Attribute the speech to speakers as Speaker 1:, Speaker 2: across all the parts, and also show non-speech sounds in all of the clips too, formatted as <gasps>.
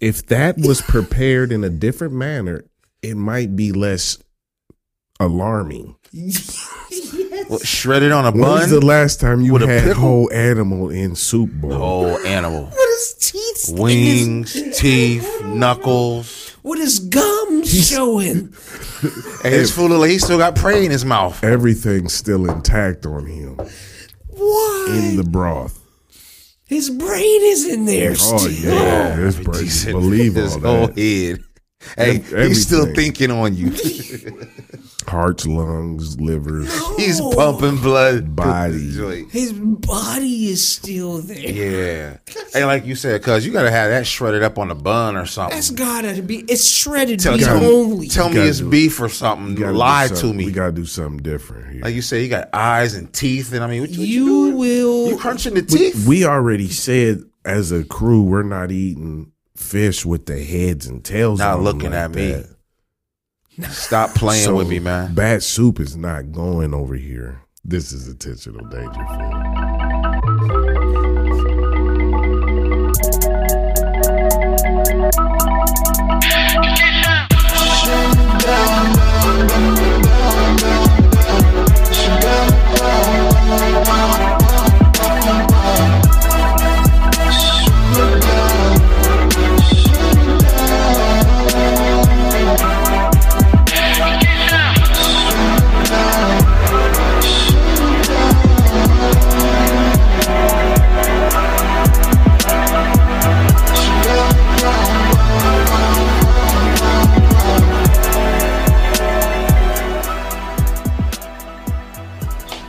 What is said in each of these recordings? Speaker 1: If that was prepared in a different manner, it might be less alarming.
Speaker 2: What, shredded on a
Speaker 1: When was
Speaker 2: bun?
Speaker 1: the last time you
Speaker 2: With a
Speaker 1: had
Speaker 2: pickle? Oh.
Speaker 1: whole animal in soup bowl?
Speaker 2: Whole
Speaker 1: <laughs>
Speaker 2: animal.
Speaker 3: What is teeth? in his-
Speaker 2: Wings, teeth, knuckles.
Speaker 3: What is gums
Speaker 2: And
Speaker 3: showing?
Speaker 2: it's full of. He still got prey in his mouth.
Speaker 1: Everything's still intact on him
Speaker 3: Why?
Speaker 1: in the broth.
Speaker 3: His brain is in there
Speaker 1: Oh
Speaker 3: still.
Speaker 1: yeah, this break. Believe
Speaker 2: his
Speaker 1: all
Speaker 2: whole
Speaker 1: that.
Speaker 2: head. Hey,
Speaker 1: Everything.
Speaker 2: he's still thinking on
Speaker 3: <laughs>
Speaker 2: you. <laughs>
Speaker 1: Hearts, lungs,
Speaker 2: <gasps>
Speaker 1: livers,
Speaker 2: he's pumping blood.
Speaker 1: Body.
Speaker 2: Joint.
Speaker 3: Oh, His body is still there.
Speaker 2: Yeah. Hey, like you said, cuz you gotta have that shredded up on a bun or something.
Speaker 3: That's gotta be. It's shredded
Speaker 2: tell
Speaker 3: meat
Speaker 2: tell me,
Speaker 3: only.
Speaker 2: tell me
Speaker 1: Gotta
Speaker 2: it's
Speaker 1: do it.
Speaker 2: beef or something.
Speaker 1: Gotta do
Speaker 2: Lie to
Speaker 1: something-
Speaker 2: me.
Speaker 1: We gotta do something different here.
Speaker 2: like you said, you got eyes and teeth, and I mean, what, you- what you,
Speaker 3: you
Speaker 2: doing?
Speaker 3: will.
Speaker 2: You crunching the teeth?
Speaker 1: we already said as a crew we're not eating fish with the heads and tails.
Speaker 2: Not
Speaker 1: on 'em
Speaker 2: looking
Speaker 1: like
Speaker 2: at me.
Speaker 1: that.
Speaker 2: Stop playing
Speaker 1: So,
Speaker 2: with me, man.
Speaker 1: Bad soup is not going over here. This is intentional danger. food.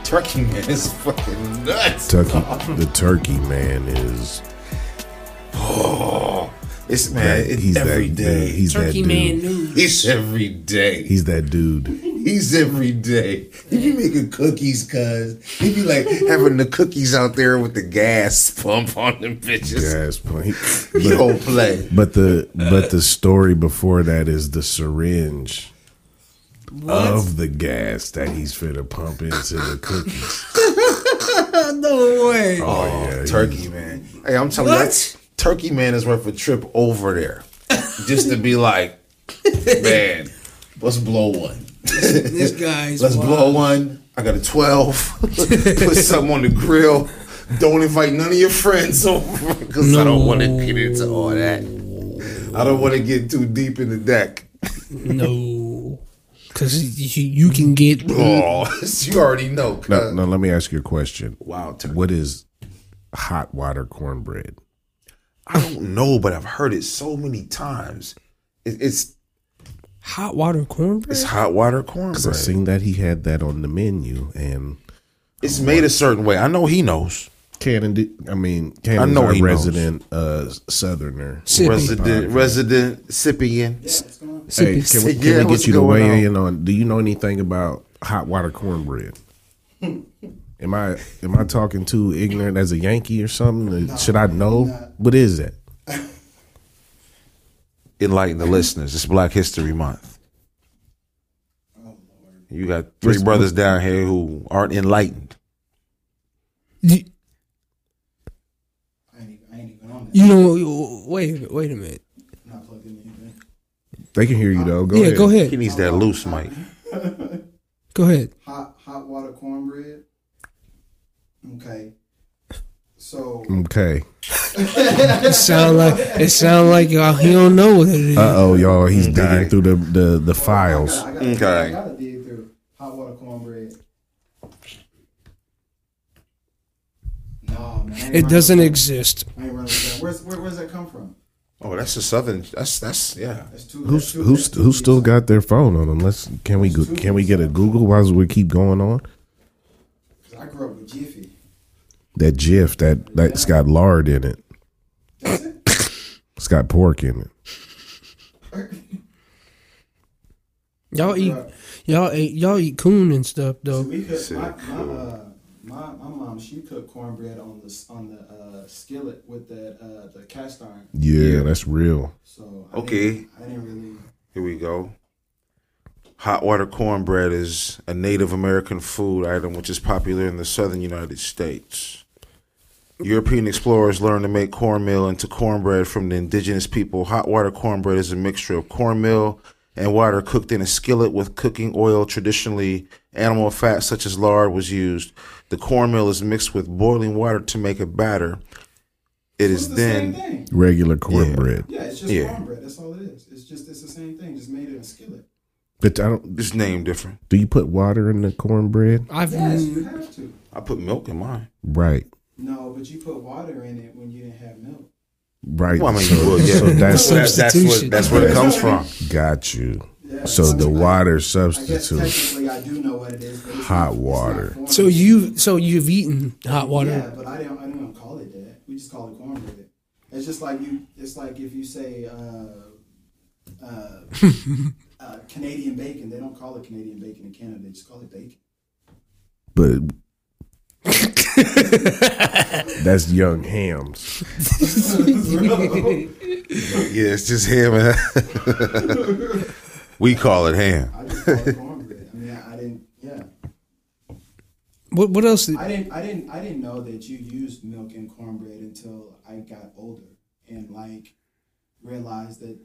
Speaker 2: Turkey man <laughs> is fucking nuts.
Speaker 1: Turkey, the turkey man is
Speaker 2: It's Oh, man,
Speaker 1: that-
Speaker 2: it's
Speaker 1: he's
Speaker 2: every
Speaker 1: that,
Speaker 2: day.
Speaker 1: that- he's
Speaker 3: Turkey
Speaker 1: that dude.
Speaker 3: man news.
Speaker 2: It's every day.
Speaker 1: He's that
Speaker 2: <laughs>
Speaker 1: dude.
Speaker 2: He's every day. He be making cookies, cuz he
Speaker 1: <laughs>
Speaker 2: be like having the cookies out there with the gas <laughs> pump on them bitches.
Speaker 1: Gas plant.
Speaker 2: You
Speaker 1: But,
Speaker 2: don't play.
Speaker 1: but the but the story before that is the syringe of the gas that he's finna pump into the
Speaker 2: <laughs>
Speaker 1: cookies.
Speaker 3: No way.
Speaker 2: Oh, Turkey man. Hey, I'm telling you,
Speaker 3: What?
Speaker 2: that Turkey man is worth a trip over there just to be like, man, let's blow one.
Speaker 3: This guy's.
Speaker 2: Let's
Speaker 3: wild.
Speaker 2: blow one. I got a 12. <laughs> Put something on the grill. Don't invite none of your friends over because I don't want to get into all that. I don't want to get too deep in the deck.
Speaker 3: No. Because you, you can get.
Speaker 1: Mm-hmm.
Speaker 2: Oh, <laughs> you already know. cuz.
Speaker 1: Now, now let me ask you a question.
Speaker 2: Wow, turkey.
Speaker 1: What is hot water cornbread?
Speaker 2: I don't know, but I've heard it so many times. It, it's
Speaker 3: Hot water cornbread?
Speaker 2: it's hot water cornbread.
Speaker 1: Because I seen that he had that on the menu, and
Speaker 2: It's made a certain way. I know he knows.
Speaker 1: Cannon, did, I mean, Cannon's
Speaker 2: know
Speaker 1: our
Speaker 2: he knows.
Speaker 1: resident uh, Southerner.
Speaker 3: Sippy.
Speaker 2: Resident resident Sippian.
Speaker 1: Hey,
Speaker 3: Sippy.
Speaker 1: can we,
Speaker 2: Yeah,
Speaker 1: can we
Speaker 2: what's
Speaker 1: get you to
Speaker 2: going
Speaker 1: weigh in
Speaker 2: on?
Speaker 1: on? Do you know anything about hot water cornbread? am I am I talking too ignorant as a Yankee or something? Should I know what is that?
Speaker 2: Enlighten the listeners. It's Black History Month. You got three
Speaker 1: What's-
Speaker 2: brothers down here who aren't enlightened.
Speaker 3: You, you know, wait, wait a minute.
Speaker 1: They can hear you though. Go
Speaker 3: yeah,
Speaker 1: ahead.
Speaker 3: go
Speaker 2: He
Speaker 3: ahead.
Speaker 2: needs that loose mic.
Speaker 3: Go ahead.
Speaker 4: hot hot water cornbread. Okay. So
Speaker 1: Okay.
Speaker 3: It sound like it sound like uh, he don't know what it is.
Speaker 1: Uh oh, y'all. He's
Speaker 2: Okay.
Speaker 1: digging through the the, the files.
Speaker 4: I gotta, I gotta dig through hot water cornbread. No, man. I ain't
Speaker 3: it
Speaker 4: running
Speaker 3: doesn't
Speaker 4: with
Speaker 3: exist.
Speaker 4: that. I ain't running with that. Where's where, where's that come from?
Speaker 2: Oh, that's a southern. That's that's yeah.
Speaker 4: That's too.
Speaker 1: Who's
Speaker 4: that's too,
Speaker 1: who's
Speaker 4: that's too
Speaker 1: who's still
Speaker 4: deep.
Speaker 1: got their phone on them? Let's can we go, can we get a Google while we keep going on?
Speaker 4: I grew up with Jiffy.
Speaker 1: That GIF that that's got lard in it. It's got pork in it.
Speaker 3: Y'all eat, y'all eat, y'all eat coon and stuff
Speaker 2: Oh,
Speaker 3: though.
Speaker 4: We cooked my my, uh, my my mom she cooked cornbread on the s- on the uh, skillet with the uh, the cast iron.
Speaker 1: Yeah, that's real.
Speaker 4: So I
Speaker 2: Okay,
Speaker 4: didn't, I didn't really.
Speaker 2: here we go. Hot water cornbread is a Native American food item which is popular in the southern United States. European explorers learned to make cornmeal into cornbread from the indigenous people. Hot water cornbread is a mixture of cornmeal and water cooked in a skillet with cooking oil. Traditionally, animal fat such as lard was used. The cornmeal is mixed with boiling water to make a batter. It
Speaker 4: It's
Speaker 2: is
Speaker 4: the
Speaker 2: then
Speaker 4: same thing.
Speaker 1: Regular cornbread.
Speaker 4: Yeah, it's just
Speaker 2: Yeah.
Speaker 4: cornbread. That's all it is. It's just it's the same thing. Just made in a skillet.
Speaker 1: But I don't.
Speaker 2: just name different.
Speaker 1: Do you put water in the cornbread?
Speaker 3: I've
Speaker 4: Yes, you have to.
Speaker 2: I put milk in mine.
Speaker 1: Right.
Speaker 4: No, but you put water in it when you didn't have milk.
Speaker 1: Right.
Speaker 2: Well, I mean,
Speaker 1: so,
Speaker 2: well, yeah.
Speaker 1: so that's
Speaker 2: That's, that's, where,
Speaker 3: Substitution.
Speaker 2: that's where it comes from.
Speaker 1: got you.
Speaker 4: Yeah,
Speaker 1: So
Speaker 4: I
Speaker 1: the
Speaker 4: mean, I-
Speaker 1: water
Speaker 4: I guess
Speaker 1: substitute.
Speaker 4: technically I do know what it is. But it's
Speaker 1: Hot
Speaker 4: not- it's not
Speaker 1: water.
Speaker 4: formed.
Speaker 3: so you so you've eaten hot water.
Speaker 4: Yeah, but I don't. I don't call it that. We just call it cornbread. It's just like you. It's like if you say uh,
Speaker 3: <laughs>
Speaker 4: uh, uh, Canadian bacon, they don't call it Canadian bacon in Canada. They just call it bacon.
Speaker 2: <laughs>
Speaker 1: But that's young hams.
Speaker 2: Yeah, it's just ham. <laughs> we call it ham.
Speaker 4: I just call it cornbread. I mean, I, I didn't. Yeah,
Speaker 3: What what else?
Speaker 4: I didn't. I didn't. I didn't know that you used milk in cornbread until I got older and like realized that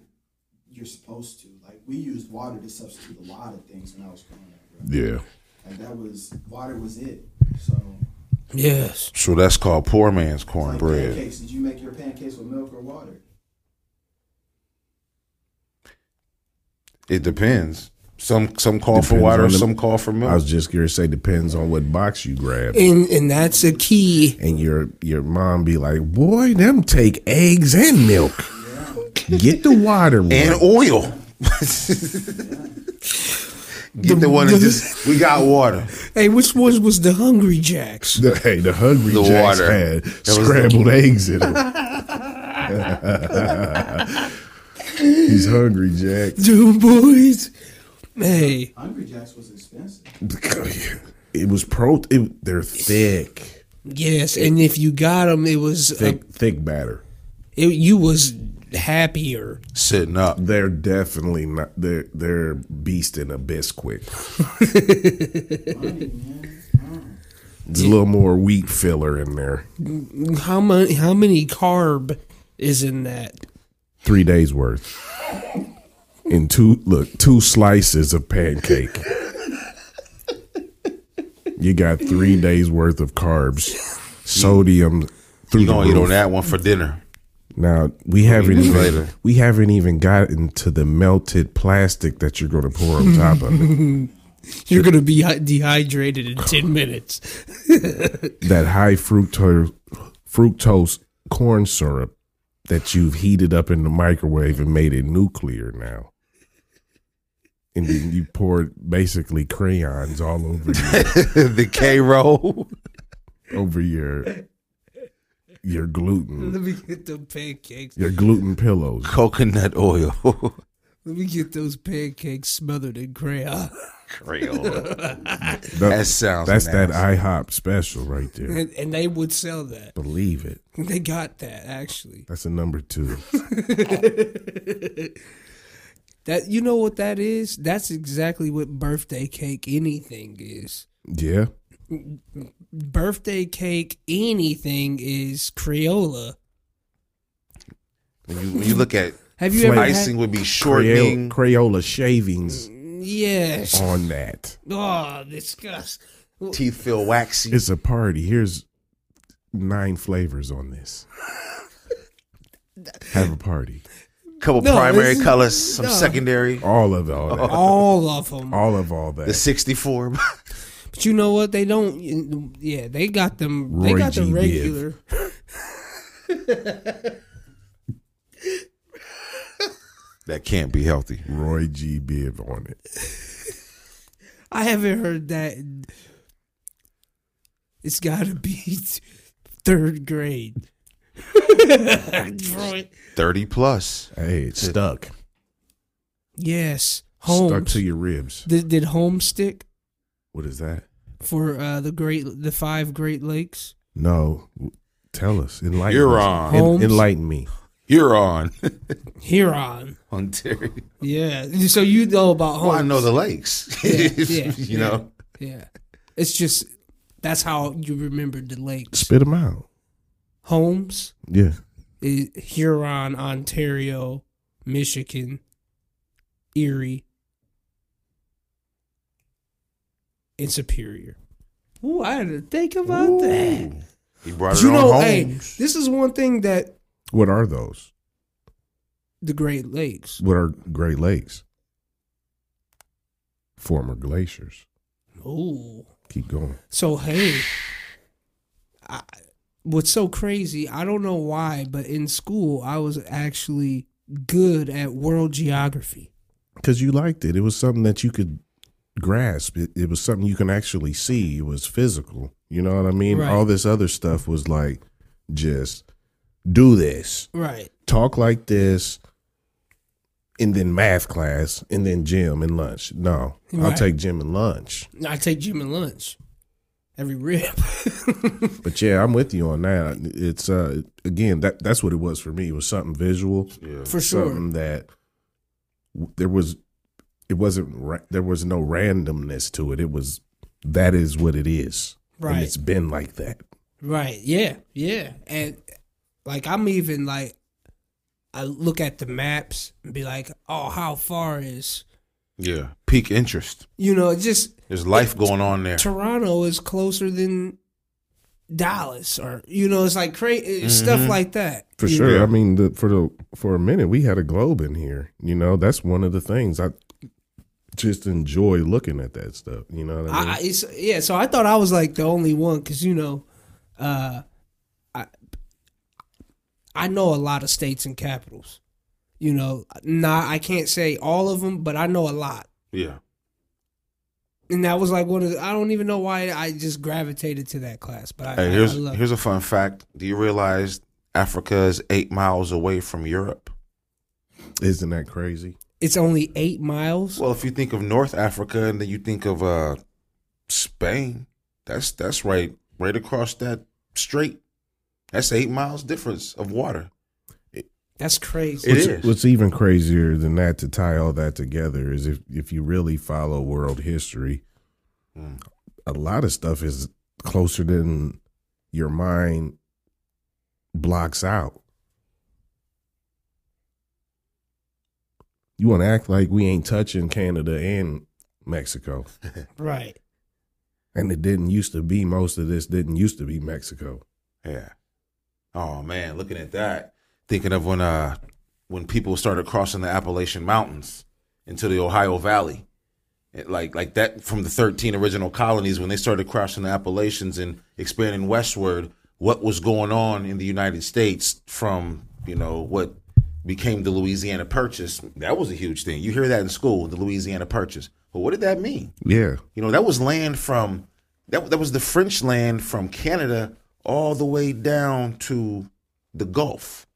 Speaker 4: you're supposed to. Like we used water to substitute a lot of things when I was growing up. Bro.
Speaker 1: Yeah.
Speaker 4: Like that was water was it. So
Speaker 3: Yes.
Speaker 2: So that's called poor man's
Speaker 4: like
Speaker 2: cornbread.
Speaker 4: pancakes. Did you make your pancakes with milk or water?
Speaker 2: It depends. Some some call for
Speaker 1: Depends
Speaker 2: water,
Speaker 1: on the-
Speaker 2: some call for
Speaker 1: I was
Speaker 2: milk.
Speaker 1: just gonna say depends on what box you grab.
Speaker 3: And and that's a key.
Speaker 1: And your your mom be like, boy, them take eggs and milk. Get the water one.
Speaker 2: And oil. <laughs> Get the one that just we got water.
Speaker 3: Hey, which one was the Hungry Jacks?
Speaker 1: the, hey, the hungry
Speaker 2: The
Speaker 1: jacks
Speaker 2: water.
Speaker 1: had
Speaker 2: was the-
Speaker 1: scrambled eggs in them. <laughs> He's hungry, Jack.
Speaker 3: Dude, boys. Hey,
Speaker 4: Hungry Jacks was expensive.
Speaker 1: It was pro. It, they're thick,
Speaker 3: yes, and if you got them, it was uh,
Speaker 1: thick, thick batter.
Speaker 3: it, you was happier.
Speaker 2: Sitting up.
Speaker 1: They're definitely not. They're they're beast in a bisquick.
Speaker 4: Money, man. Mm.
Speaker 1: There's a little more wheat filler in there.
Speaker 3: How many how many carb is in that?
Speaker 1: Three days worth. And two look two slices of pancake. You got three days worth of carbs, sodium through
Speaker 2: You Mm-hmm. gonna
Speaker 1: the
Speaker 2: eat
Speaker 1: roof.
Speaker 2: on that one for dinner.
Speaker 1: Now we haven't
Speaker 2: this
Speaker 1: even
Speaker 2: later.
Speaker 1: we haven't even gotten to the melted plastic that you're going to pour on top of it.
Speaker 3: You're gonna be hy- dehydrated in ten <laughs> minutes.
Speaker 1: That high fructose fructose corn syrup that you've heated up in the microwave and made it nuclear now. And then you poured basically crayons all over your,
Speaker 2: the K roll.
Speaker 1: over your your gluten,
Speaker 3: Let me get the pancakes.
Speaker 1: your gluten pillows.
Speaker 2: Coconut oil. <laughs>
Speaker 3: Let me get those pancakes smothered in crayon. <laughs>
Speaker 2: Crayola. That
Speaker 1: That-
Speaker 2: sounds
Speaker 1: that's that
Speaker 2: nasty.
Speaker 1: IHOP special right there.
Speaker 3: And, and they would sell that.
Speaker 1: Believe it.
Speaker 3: They got that actually.
Speaker 1: That's a number two.
Speaker 3: That you know what that is? That's exactly what birthday cake anything is.
Speaker 1: Yeah.
Speaker 3: Birthday cake anything is Crayola.
Speaker 2: When you, when you look at
Speaker 3: Have you
Speaker 1: Flake.
Speaker 3: ever
Speaker 2: icing would be
Speaker 1: Crayola,
Speaker 2: shortening.
Speaker 1: Crayola shavings
Speaker 3: Had, yes.
Speaker 1: on that.
Speaker 3: Oh, disgust.
Speaker 2: Teeth feel waxy.
Speaker 1: It's a party. Here's nine flavors on
Speaker 3: <laughs>
Speaker 1: this. Have a party.
Speaker 2: Couple
Speaker 3: No,
Speaker 2: primary
Speaker 3: this is-
Speaker 2: colors, some
Speaker 3: no.
Speaker 2: secondary.
Speaker 1: All of all that.
Speaker 3: All of them.
Speaker 1: All of all
Speaker 2: The
Speaker 1: that.
Speaker 2: <laughs> 64.
Speaker 3: But you know what? They don't. Yeah, they got them. they
Speaker 1: Roy
Speaker 3: got the
Speaker 1: G. Biv.
Speaker 3: regular.
Speaker 2: That can't be healthy.
Speaker 1: Roy G. Biv on it.
Speaker 3: I haven't heard that. in- It's got to be <laughs> third grade. Roy.
Speaker 2: 30 plus.
Speaker 1: Hey, it's stuck.
Speaker 3: Yes,
Speaker 1: Stuck
Speaker 3: Holmes.
Speaker 1: to your ribs.
Speaker 3: Did, did Holmes stick
Speaker 1: What is that?
Speaker 3: for uh, the great the five Great Lakes?
Speaker 1: No. Tell us. Enlighten
Speaker 2: You're
Speaker 1: us.
Speaker 2: on.
Speaker 1: En-
Speaker 3: Holmes.
Speaker 1: enlighten me.
Speaker 2: You're on. <laughs>
Speaker 3: Huron.
Speaker 2: Ontario.
Speaker 3: Yeah. <laughs> So you know about Holmes?
Speaker 2: Well, Oh, I know the lakes.
Speaker 3: <laughs> yeah,
Speaker 2: <laughs> you know,
Speaker 3: Yeah. It's just that's how you remembered the lakes.
Speaker 1: Spit them out.
Speaker 3: Holmes,
Speaker 1: Yeah.
Speaker 3: is Huron, Ontario, Michigan, Erie, and Superior. Ooh, I had to think about that.
Speaker 2: He brought it
Speaker 3: you
Speaker 2: on
Speaker 3: know,
Speaker 2: home.
Speaker 3: hey, this is one thing that
Speaker 1: What are those?
Speaker 3: the Great Lakes.
Speaker 1: What are Great Lakes? Former glaciers.
Speaker 3: Ooh.
Speaker 1: Keep going.
Speaker 3: So hey, I, what's so crazy? I don't know why, but in school I was actually good at world geography.
Speaker 1: Because you liked it. It was something that you could grasp. It, it was something you can actually see. It was physical. You know what I mean?
Speaker 3: Right.
Speaker 1: All this other stuff was like just do this,
Speaker 3: Right.
Speaker 1: talk like this, and then math class, and then gym and lunch. No, I'll
Speaker 3: Right.
Speaker 1: take gym and lunch.
Speaker 3: I take gym and lunch every <laughs> rip.
Speaker 1: But yeah, I'm with you on that. It's uh again that that's what it was for me. It was something visual.
Speaker 2: Yeah.
Speaker 3: For sure.
Speaker 1: something that w- there was it wasn't ra- there was no randomness to it it was that is what it is and
Speaker 3: Right.
Speaker 1: it's been like that
Speaker 3: Right. Yeah. Yeah. And like I'm even like I look at the maps and be like, "Oh, how far is?"
Speaker 2: yeah. Peak interest.
Speaker 3: You know, it just
Speaker 2: There's life going on there.
Speaker 3: Toronto is closer than Dallas or you know, it's like crazy stuff like that.
Speaker 1: for
Speaker 3: You
Speaker 1: sure
Speaker 2: Yeah.
Speaker 1: i mean the, for the for a minute we had a globe in here you know that's one of the things i just enjoy looking at that stuff you know what i mean
Speaker 3: I, I- it's, yeah, so I thought I was like the only one because you know, uh, I I know a lot of states and capitals. You know, not I can't say all of them, but I know a lot.
Speaker 2: Yeah.
Speaker 3: And that was like one of the, I don't even know why I just gravitated to that class, but I,
Speaker 2: Hey,
Speaker 3: I-
Speaker 2: here's
Speaker 3: I love
Speaker 2: here's a fun fact. Do you realize Africa is eight miles away from Europe?
Speaker 1: isn't that crazy
Speaker 3: it. It's only eight miles.
Speaker 2: Well, if you think of North Africa and then you think of uh, Spain, that's that's right right across that strait. That's eight miles difference of water.
Speaker 3: That's crazy.
Speaker 2: It
Speaker 1: what's,
Speaker 2: is.
Speaker 1: what's even crazier than that to tie all that together is if, if you really follow world history,
Speaker 2: Mm.
Speaker 1: a lot of stuff is closer than your mind blocks out. You want to act like we ain't touching Canada and Mexico.
Speaker 3: right.
Speaker 1: And it didn't used to be, most of this didn't used to be Mexico.
Speaker 2: Yeah. Oh man, looking at that, thinking of when uh when people started crossing the Appalachian Mountains into the Ohio Valley, It- like like that from the thirteen original colonies when they started crossing the Appalachians and expanding westward. What was going on in the United States from you know what became the Louisiana Purchase? That was a huge thing. You hear that in school, the Louisiana Purchase. But what did that mean?
Speaker 1: Yeah.
Speaker 2: You know, that was land from that that was the French land from Canada all the way down to the Gulf,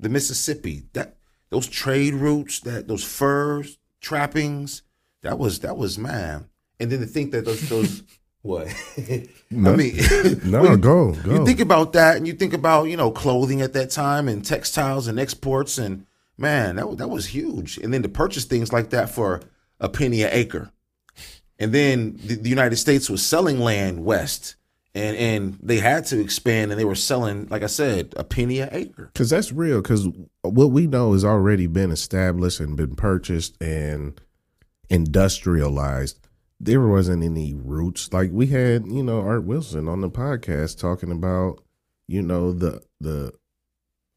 Speaker 2: the Mississippi. That those trade routes, that those furs, trappings, that was that was man. And then to think that those those what? <laughs> I mean, <laughs>
Speaker 1: No,
Speaker 2: when you-
Speaker 1: go, go.
Speaker 2: You think about that, and you think about you know clothing at that time, and textiles, and exports, and man, that was, that was huge. And then to purchase things like that for a penny an acre, and then the, the United States was selling land west, and and they had to expand, and they were selling, like I said, a penny an acre.
Speaker 1: Because that's real. Because what we know has already been established and been purchased and industrialized. There wasn't any roots. Like we had, you know, Art Wilson on the podcast talking about, you know, the the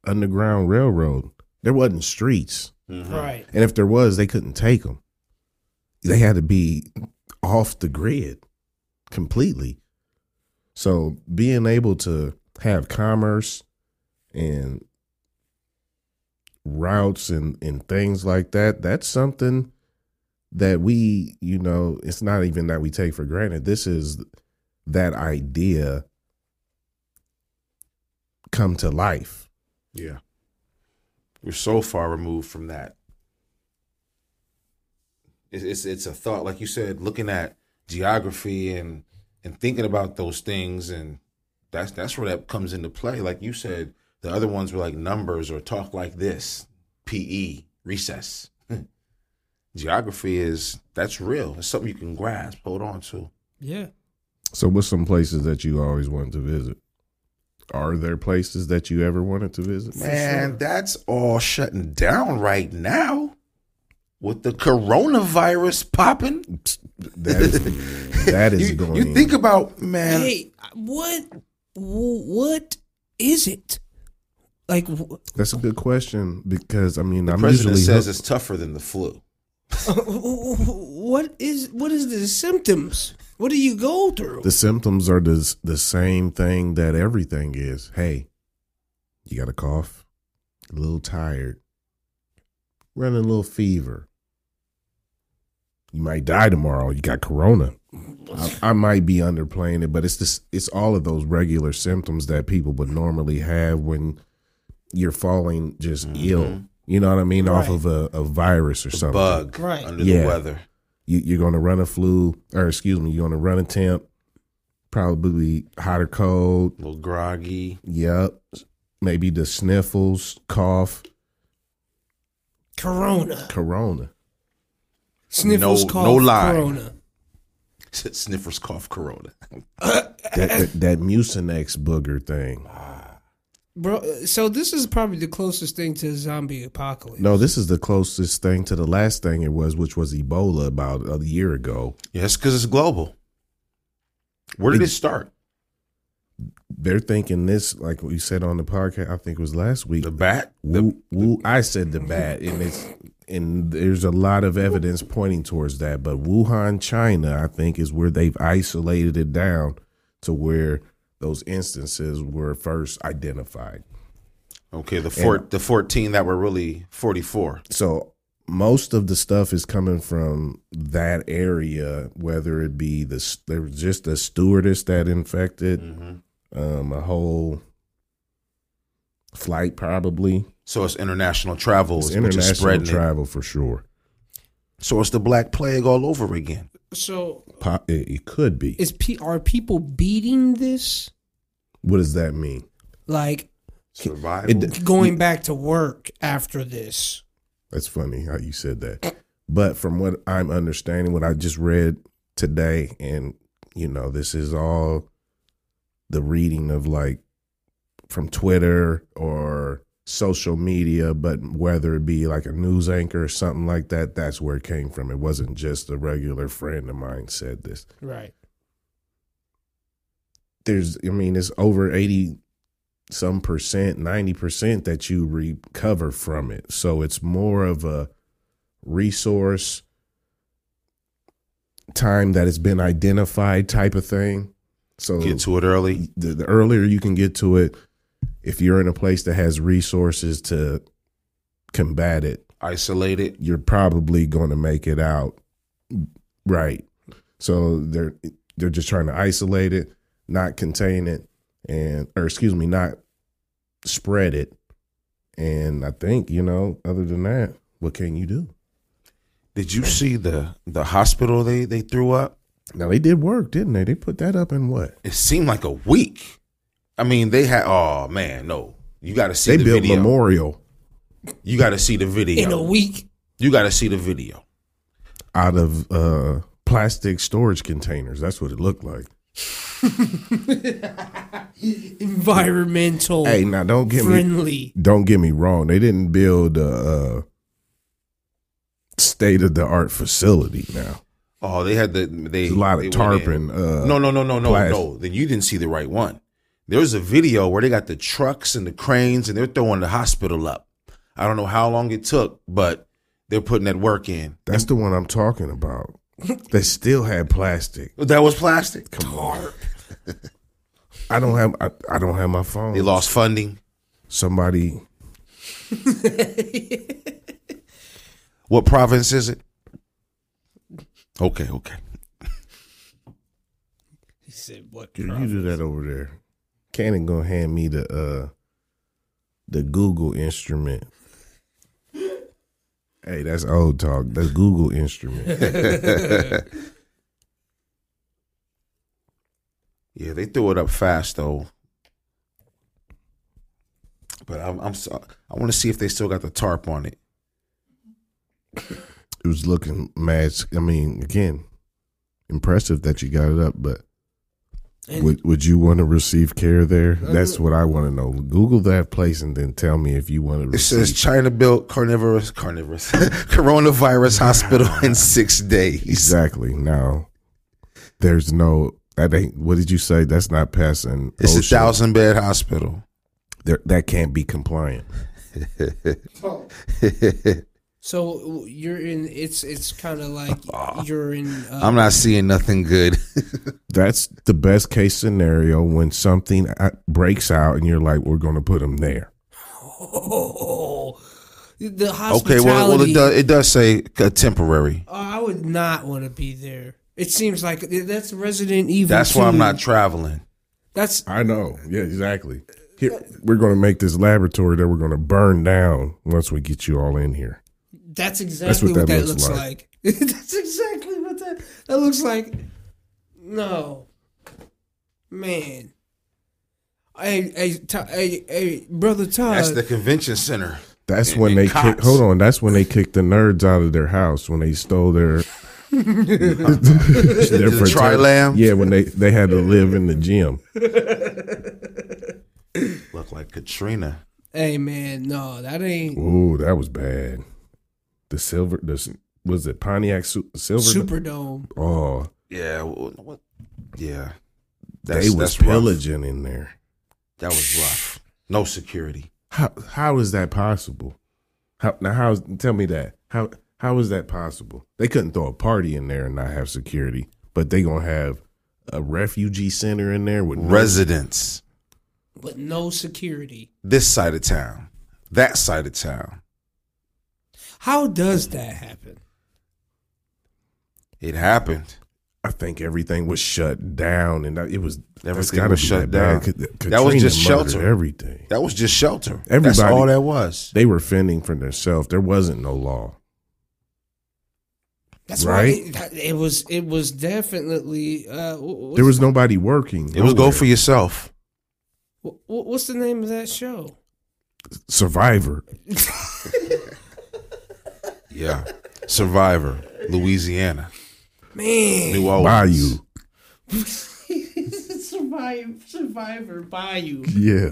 Speaker 1: underground railroad. There wasn't streets,
Speaker 2: Mm-hmm.
Speaker 3: Right.
Speaker 1: and if there was, they couldn't take them. They had to be off the grid completely. So being able to have commerce and routes and, and things like that, that's something that we, you know, it's not even that we take for granted. This is that idea come to life.
Speaker 2: Yeah, we're so far removed from that. It's it's, it's a thought, like you said, looking at geography and and thinking about those things, and that's that's where that comes into play. Like you said, the other ones were like numbers or talk like this, PE, recess. <laughs> geography is that's real. It's something you can grasp, hold on to.
Speaker 3: Yeah.
Speaker 1: So what's some places that you always wanted to visit? Are there places that you ever wanted to visit?
Speaker 2: Man, that's all shutting down right now with the coronavirus popping.
Speaker 1: That is, that is
Speaker 2: <laughs> you,
Speaker 1: going.
Speaker 2: you think about man,
Speaker 3: Hey, what what is it? Like wh-
Speaker 1: that's a good question because I mean I'm
Speaker 2: president
Speaker 1: usually
Speaker 2: says
Speaker 1: hooked-
Speaker 2: it's tougher than the flu.
Speaker 3: Uh, what is what is the symptoms? What do you go through?
Speaker 1: the symptoms are the the same thing that everything is. Hey, you got a cough, a little tired, running a little fever. You might die tomorrow. You got corona. I, I might be underplaying it, but it's this. It's all of those regular symptoms that people would normally have when you're falling just ill. You know what I mean? Off
Speaker 3: Right.
Speaker 1: of a, a virus or something
Speaker 2: Bug
Speaker 3: Right.
Speaker 2: under
Speaker 1: Yeah.
Speaker 2: the weather.
Speaker 1: you, you're going to run a flu, or excuse me, you're going to run a temp, probably hot or cold.
Speaker 2: A little groggy. <laughs>
Speaker 1: Yep. Maybe the sniffles, cough,
Speaker 3: Corona.
Speaker 1: corona.
Speaker 3: Sniffles
Speaker 2: No-
Speaker 3: cough
Speaker 2: no lie.
Speaker 3: corona.
Speaker 2: Sniffers cough corona.
Speaker 1: That, that, that mucinex booger thing.
Speaker 3: Bro, uh, so this is probably the closest thing to a zombie apocalypse.
Speaker 1: No, this is the closest thing to the last thing it was, which was Ebola about a year ago.
Speaker 2: Yes, because it's global. Where did it start?
Speaker 1: They're thinking this, like we said on the podcast, I think it was last week.
Speaker 2: The bat?
Speaker 1: Woo, woo, I said the bat, and it's and there's a lot of evidence pointing towards that. But Wuhan, China, I think is where they've isolated it down to where those instances were first identified.
Speaker 2: Okay, the four, the fourteen that were really forty four.
Speaker 1: So most of the stuff is coming from that area, whether it be the s- there was just a stewardess that infected,
Speaker 2: Mm-hmm.
Speaker 1: um, a whole flight probably,
Speaker 2: So it's international travel,
Speaker 1: It's
Speaker 2: which is
Speaker 1: international
Speaker 2: spreading. it.
Speaker 1: travel for sure.
Speaker 2: So it's the black plague all over again.
Speaker 3: So
Speaker 1: Po- it it could be.
Speaker 3: is P- are people beating this?
Speaker 1: What does that mean?
Speaker 3: Like
Speaker 2: Survival.
Speaker 3: going back to work after this.
Speaker 1: That's funny how you said that. But from what I'm understanding, what I just read today, and you know, this is all the reading of like from Twitter or social media, but whether it be like a news anchor or something like that, that's where it came from. It wasn't just a regular friend of mine said this.
Speaker 3: Right.
Speaker 1: There's, I mean, it's over 80 some percent, 90% that you recover from it. So it's more of a resource time that has been identified type of thing. So
Speaker 2: Get to it early.
Speaker 1: the, the earlier you can get to it, if you're in a place that has resources to combat it,
Speaker 2: Isolate it.
Speaker 1: you're probably going to make it out right. So they're they're just trying to isolate it, not contain it, and or excuse me, not spread it. And I think you know, other than that, what can you do?
Speaker 2: Did you see the the hospital they they threw up?
Speaker 1: Now they did work, didn't they? They put that up in what?
Speaker 2: It seemed like a week. I mean, they had. Oh man, no. You got to see
Speaker 1: They
Speaker 2: the
Speaker 1: built
Speaker 2: video.
Speaker 1: Memorial
Speaker 2: You got to see the video.
Speaker 3: In a week.
Speaker 2: you got to see the video.
Speaker 1: out of uh plastic storage containers. That's what it looked like.
Speaker 3: <laughs> Environmental
Speaker 1: Hey, now don't get me
Speaker 3: friendly.
Speaker 1: don't get me wrong. They didn't build a, uh state of the art facility. Now
Speaker 2: Oh, they had the they
Speaker 1: There's a lot
Speaker 2: they
Speaker 1: of
Speaker 2: went in.
Speaker 1: tarpon. Uh,
Speaker 2: no, no, no, no, no,
Speaker 1: plastic.
Speaker 2: no. Then you didn't see the right one. There's a video where they got the trucks and the cranes and they're throwing the hospital up. I don't know how long it took, but they're putting that work in.
Speaker 1: that's the one I'm talking
Speaker 2: <laughs>
Speaker 1: about. They still had plastic.
Speaker 2: That was plastic.
Speaker 1: I don't have. I, I don't have my phone.
Speaker 2: They lost funding.
Speaker 1: Somebody.
Speaker 2: What province is it? Okay, okay.
Speaker 3: He said what
Speaker 1: Dude, you do that over there. Cannon gonna hand me the uh the Google instrument. Hey, that's old talk. That's Google instrument.
Speaker 2: Yeah, they threw it up fast though. But I'm, I'm so, I want to see if they still got the tarp on it.
Speaker 1: it was looking mad. I mean, again, impressive that you got it up, but
Speaker 3: And-
Speaker 1: would would you want to receive care there? That's what I want to know. Google that place and then tell me if you want to
Speaker 2: It says
Speaker 1: receive.
Speaker 2: China built carnivorous, carnivorous, <laughs> coronavirus <laughs> hospital in six days.
Speaker 1: exactly. Now, there's no. That ain't. What did you say? That's not passing.
Speaker 2: It's a
Speaker 1: OSHA.
Speaker 2: thousand bed hospital.
Speaker 1: There- that can't be compliant.
Speaker 4: Oh,
Speaker 3: So w- you're in. It's it's kind
Speaker 1: <laughs>
Speaker 3: of like you're in. Uh,
Speaker 2: I'm not seeing nothing good.
Speaker 1: That's the best case scenario when something uh, breaks out and you're like, we're going to put them there.
Speaker 3: Oh, the
Speaker 2: <laughs> okay,
Speaker 3: hospitality.
Speaker 2: well, well, it does. It does say uh, temporary.
Speaker 3: Oh, I would not want to be there. It seems like that's Resident Evil.
Speaker 2: That's why
Speaker 3: 2.
Speaker 2: I'm not traveling.
Speaker 3: That's
Speaker 1: I know. Yeah, exactly. Here, we're going to make this laboratory that we're going to burn down once we get you all in here.
Speaker 3: that's exactly
Speaker 1: what
Speaker 3: what that,
Speaker 1: that
Speaker 3: looks,
Speaker 1: looks
Speaker 3: like. <laughs> that's exactly what that that looks like. No, man. Hey, hey, Ty- hey, hey, brother Todd.
Speaker 2: That's the convention center.
Speaker 1: That's
Speaker 2: And-
Speaker 1: when
Speaker 2: and
Speaker 1: they
Speaker 2: cops.
Speaker 1: kick, hold on. That's when they kicked the nerds out of their house when they stole
Speaker 2: <laughs>
Speaker 1: their their
Speaker 2: The tri
Speaker 1: fraternity-
Speaker 2: lamb.
Speaker 1: Yeah, when they they had to live in the gym.
Speaker 2: Look like Katrina.
Speaker 3: hey, man. No, that ain't
Speaker 1: Ooh, that was bad. The silver, the s- was it Pontiac Su- Silver?
Speaker 3: Superdome.
Speaker 1: Oh,
Speaker 2: Yeah. wh- What? Yeah.
Speaker 1: they was
Speaker 2: rough.
Speaker 1: pillaging in there.
Speaker 2: That was rough. No security.
Speaker 1: How how is that possible? How now? How tell me that? How how is that possible? They couldn't throw a party in there and not have security, but they gonna have a refugee center in there with no-
Speaker 2: Residents.
Speaker 3: but no security.
Speaker 2: This side of town. That side of town.
Speaker 3: How does that happen?
Speaker 2: It happened.
Speaker 1: I think everything was shut down, and that- it was that's
Speaker 2: Everything
Speaker 1: gotta
Speaker 2: was
Speaker 1: be that
Speaker 2: shut
Speaker 1: bad.
Speaker 2: down.
Speaker 1: Ka-
Speaker 2: That was
Speaker 1: Katrina
Speaker 2: just
Speaker 1: murdered
Speaker 2: shelter.
Speaker 1: Everything
Speaker 2: That was just shelter. That's
Speaker 1: Everybody-
Speaker 2: all that was.
Speaker 1: they were fending for themselves. There wasn't no law.
Speaker 3: That's
Speaker 1: Right?
Speaker 3: Why it, that- it was. It was definitely. Uh,
Speaker 1: There
Speaker 3: wh- what's-
Speaker 1: was nobody working.
Speaker 2: It was go
Speaker 1: nowhere.
Speaker 2: for yourself.
Speaker 3: wh- What's the name of that show?
Speaker 1: Survivor.
Speaker 2: Yeah. Survivor, Louisiana,
Speaker 3: <laughs> Man,
Speaker 2: New Orleans.
Speaker 1: Bayou.
Speaker 3: Survivor, Survivor Bayou.
Speaker 1: Yeah.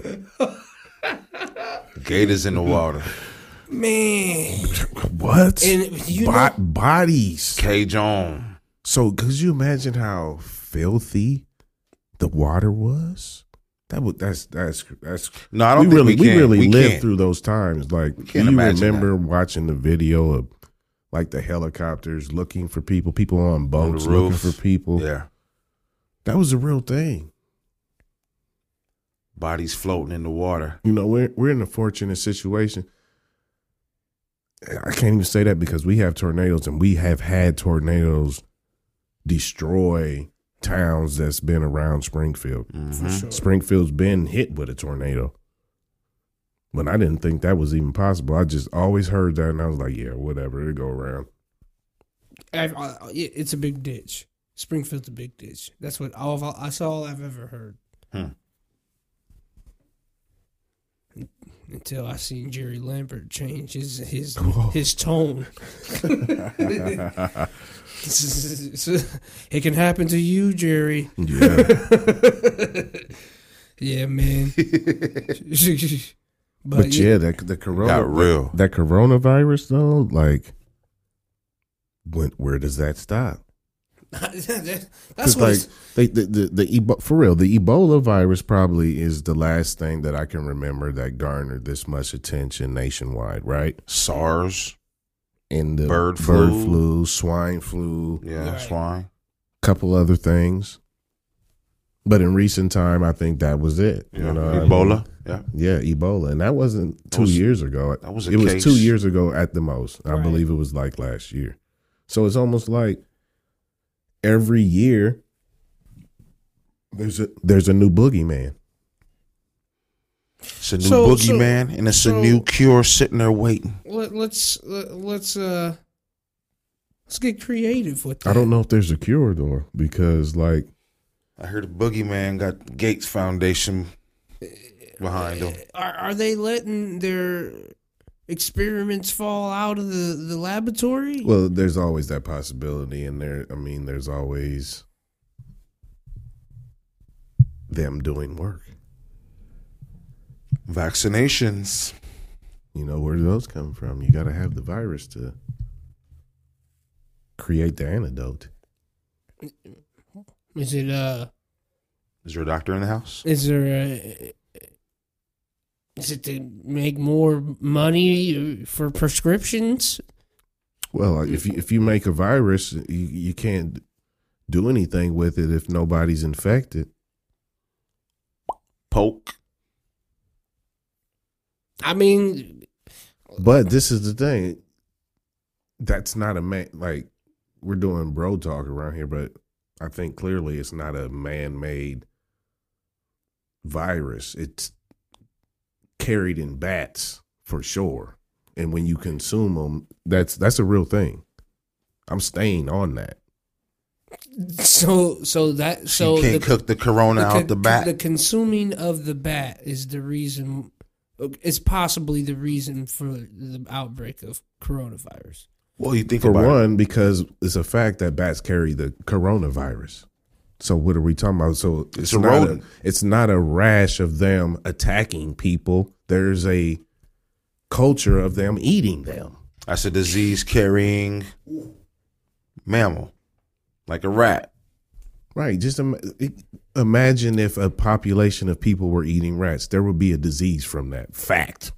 Speaker 2: Gators in the water.
Speaker 3: Man,
Speaker 1: What?
Speaker 3: and you
Speaker 1: Bo-
Speaker 3: know,
Speaker 1: bodies.
Speaker 2: Cage on.
Speaker 1: So could you imagine how filthy the water was? That would that's that's that's
Speaker 2: No, I
Speaker 1: we
Speaker 2: don't think
Speaker 1: really
Speaker 2: we can.
Speaker 1: really
Speaker 2: We
Speaker 1: lived
Speaker 2: can't.
Speaker 1: through those times. Like do
Speaker 2: can't
Speaker 1: you
Speaker 2: imagine
Speaker 1: remember watching the video of like the helicopters looking for people, people on
Speaker 2: On
Speaker 1: boats
Speaker 2: the
Speaker 1: looking
Speaker 2: roof.
Speaker 1: for people.
Speaker 2: Yeah.
Speaker 1: That was a real thing.
Speaker 2: Bodies floating in the <laughs> water.
Speaker 1: you know we're we're in a fortunate situation i can't even say that because we have tornadoes and we have had tornadoes destroy towns that's been around springfield
Speaker 3: for sure.
Speaker 1: springfield's been hit with a tornado but i didn't think that was even possible i just always heard that and i was like yeah whatever it'll go around
Speaker 3: I, I, it- uh, it's a big ditch. Springfield's a big ditch. That's what all of, that's all I've ever heard.
Speaker 2: Hmm.
Speaker 3: Until I seen Jerry Lambert change his his his tone. <laughs> it can happen to you, Jerry. <laughs>
Speaker 1: <laughs> yeah
Speaker 3: Yeah, man. <laughs> but,
Speaker 1: but
Speaker 3: yeah,
Speaker 1: yeah that the corona
Speaker 2: Got real.
Speaker 1: that coronavirus though like when where does that stop
Speaker 3: that- <laughs> that's
Speaker 1: Because
Speaker 3: what.
Speaker 1: like
Speaker 3: it's-
Speaker 1: they, the the the Ebo- for real the Ebola virus probably is the last thing that I can remember that garnered this much attention nationwide, right?
Speaker 2: SARS.
Speaker 1: In the
Speaker 2: Bird flu.
Speaker 1: flu, swine flu,
Speaker 2: Yeah.
Speaker 3: Right.
Speaker 2: Swine.
Speaker 1: couple other things. But in recent time, I think that was it. you
Speaker 2: Yeah.
Speaker 1: know what I mean?
Speaker 2: Ebola. Yeah.
Speaker 1: yeah, Ebola, and that wasn't two
Speaker 2: was-
Speaker 1: years ago.
Speaker 2: that was a
Speaker 1: it was
Speaker 2: case.
Speaker 1: two years ago at the most. I
Speaker 3: Right.
Speaker 1: believe it was like last year. So it's almost like every year there's a there's a new boogeyman.
Speaker 2: It's a new
Speaker 3: So- so-
Speaker 2: boogeyman, and it's
Speaker 3: so-
Speaker 2: a new cure sitting there waiting.
Speaker 3: let, let's let, let's uh let's get creative with. That.
Speaker 1: I don't know if there's a cure though, because like
Speaker 2: I heard the boogeyman got Gates Foundation behind him.
Speaker 3: Are are they letting their experiments fall out of the the laboratory?
Speaker 1: well, there's always that possibility, and there. I mean, there's always them doing work.
Speaker 2: Vaccinations.
Speaker 1: You know, where do those come from? You got to have the virus to create the antidote.
Speaker 3: Is it uh?
Speaker 2: Is your doctor in the house?
Speaker 3: Is there a? Is it to make more money for prescriptions?
Speaker 1: Well, if you, if you make a virus, you, you can't do anything with it if nobody's infected.
Speaker 2: Poke.
Speaker 3: I mean,
Speaker 1: But this is the thing. That's not a man like we're doing bro talk around here, but I think clearly it's not a man-made virus. It's carried in bats for sure. And when you consume them, that's that's a real thing. I'm staying on that.
Speaker 3: so so that so
Speaker 2: you can't
Speaker 3: the-
Speaker 2: cook the corona
Speaker 3: con-
Speaker 2: out the back.
Speaker 3: the consuming of the bat is the reason. Is possibly the reason for the outbreak of coronavirus.
Speaker 2: well, you think
Speaker 1: For
Speaker 2: about it.
Speaker 1: one, because it's a fact that bats carry the coronavirus. So what are we talking about? So it's,
Speaker 2: a
Speaker 1: not
Speaker 2: rodent.
Speaker 1: it's not a rash of them attacking people. There's a culture of them eating them.
Speaker 2: That's a disease carrying mammal, like a rat.
Speaker 1: Right. Just Im- imagine if a population of people were eating rats, there would be a disease from that. Fact.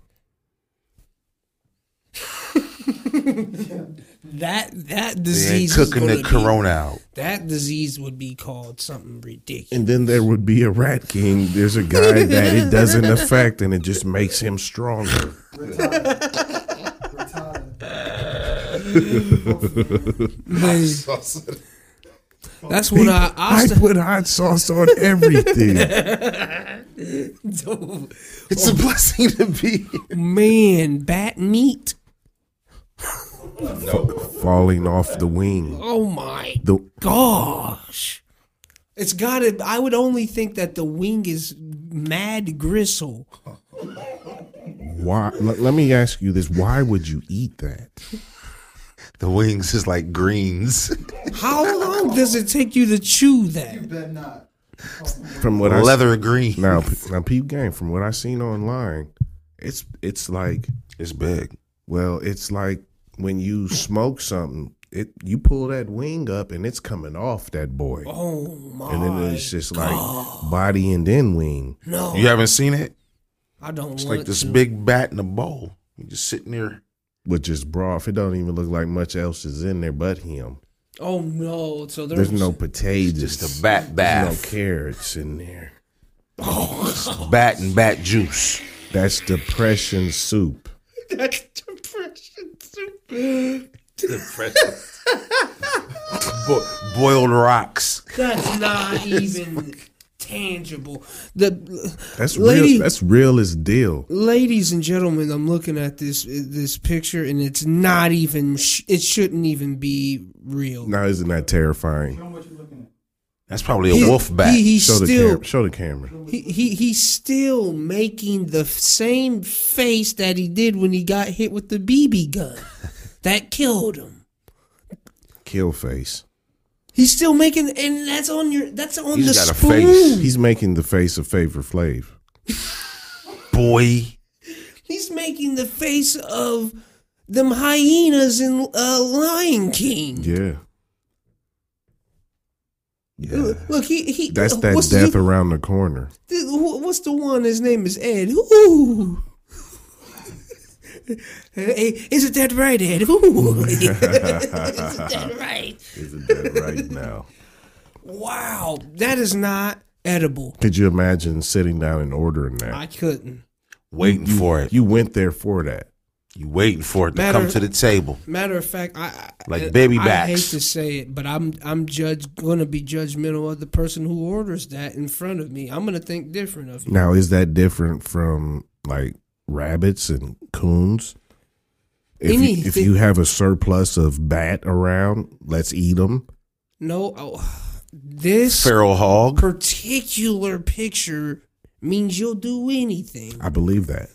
Speaker 3: That that
Speaker 2: They ain't
Speaker 3: disease is
Speaker 2: cooking
Speaker 3: gonna
Speaker 2: the
Speaker 3: be-
Speaker 2: corona out.
Speaker 3: <laughs> That disease would be called something ridiculous.
Speaker 1: And then there would be a rat king. There's a guy that it
Speaker 2: <laughs>
Speaker 1: doesn't affect and it just makes him stronger.
Speaker 4: Frittata.
Speaker 3: That's
Speaker 2: <laughs>
Speaker 3: what I. I,
Speaker 1: I put hot sauce on everything.
Speaker 2: It's a blessing to be.
Speaker 3: man, bat meat.
Speaker 1: falling off the wing.
Speaker 3: Oh my
Speaker 1: The
Speaker 3: gosh! It's gotta. I would only think that the wing is mad gristle.
Speaker 1: why? Let, let me ask you this: Why would you eat that?
Speaker 2: The wings is like greens.
Speaker 3: How long does it take you to chew that?
Speaker 4: Bet not.
Speaker 1: From what I
Speaker 2: Leather green.
Speaker 1: now p- now peep game. From what I seen online, it's it's like eh,
Speaker 2: It's big.
Speaker 1: well, it's like when you smoke something, it you pull that wing up and it's coming off that boy,
Speaker 3: Oh my!
Speaker 1: and then it's just like body and then wing.
Speaker 3: no,
Speaker 2: You haven't seen it?
Speaker 3: I don't
Speaker 2: It's
Speaker 3: want
Speaker 2: like this
Speaker 3: to.
Speaker 2: big bat in a bowl. You just sitting there.
Speaker 1: With just broth, it don't even look like much else is in there but him.
Speaker 3: Oh no! So there's,
Speaker 1: There's no potatoes,
Speaker 2: Just a bat
Speaker 1: no
Speaker 2: bath.
Speaker 1: carrots in there.
Speaker 2: Bat and bat juice.
Speaker 1: That's depression soup.
Speaker 3: <laughs> That's depression soup.
Speaker 2: Bo- boiled rocks.
Speaker 1: <laughs>
Speaker 3: That's not even tangible. The
Speaker 1: That's
Speaker 3: Lady-
Speaker 1: real. That's real as deal.
Speaker 3: ladies and gentlemen, I'm looking at this this picture and it's not even sh- it shouldn't even be real.
Speaker 1: Now isn't that terrifying?
Speaker 4: Show 'em what you're looking at.
Speaker 2: That's probably a
Speaker 3: He-
Speaker 2: wolf bat.
Speaker 3: He, he
Speaker 1: Show the
Speaker 3: still
Speaker 1: cam- show the camera.
Speaker 3: he, he he's still making the f- same face that he did when he got hit with the
Speaker 1: <laughs>
Speaker 3: BB gun that killed him.
Speaker 1: Kill face.
Speaker 3: He's still making and that's on your that's on
Speaker 2: He's
Speaker 3: the
Speaker 2: got a
Speaker 3: spoon.
Speaker 2: face.
Speaker 1: He's making the face of Favor Flav.
Speaker 2: Boy.
Speaker 3: He's making the face of them hyenas in uh, Lion King.
Speaker 1: Yeah,
Speaker 2: Yeah.
Speaker 3: Look, he he.
Speaker 1: that's that
Speaker 3: what's
Speaker 1: death
Speaker 3: The,
Speaker 1: around the corner.
Speaker 3: th- wh- what's the one? His name is Ed. Ooh. <laughs> Hey, isn't that right, Ed? Ooh. <laughs> isn't that right?
Speaker 1: Isn't that right now?
Speaker 3: Wow, that is not edible.
Speaker 1: Could you imagine sitting down and ordering that?
Speaker 3: I couldn't.
Speaker 2: Waiting for it.
Speaker 1: you went there for that.
Speaker 2: You waiting for it to
Speaker 3: Matter-
Speaker 2: come to the table.
Speaker 3: Matter of fact, I I-
Speaker 2: Like baby
Speaker 3: I
Speaker 2: backs.
Speaker 3: hate to say it, but I'm I'm judge gonna be judgmental of the person who orders that in front of me. I'm gonna think different of you.
Speaker 1: Now is that different from like rabbits and coons? If you, if
Speaker 3: Anything-
Speaker 1: you have a surplus of bat around, let's eat them.
Speaker 3: No, oh, this
Speaker 2: Feral hog.
Speaker 3: particular picture means you'll do anything.
Speaker 1: I believe that.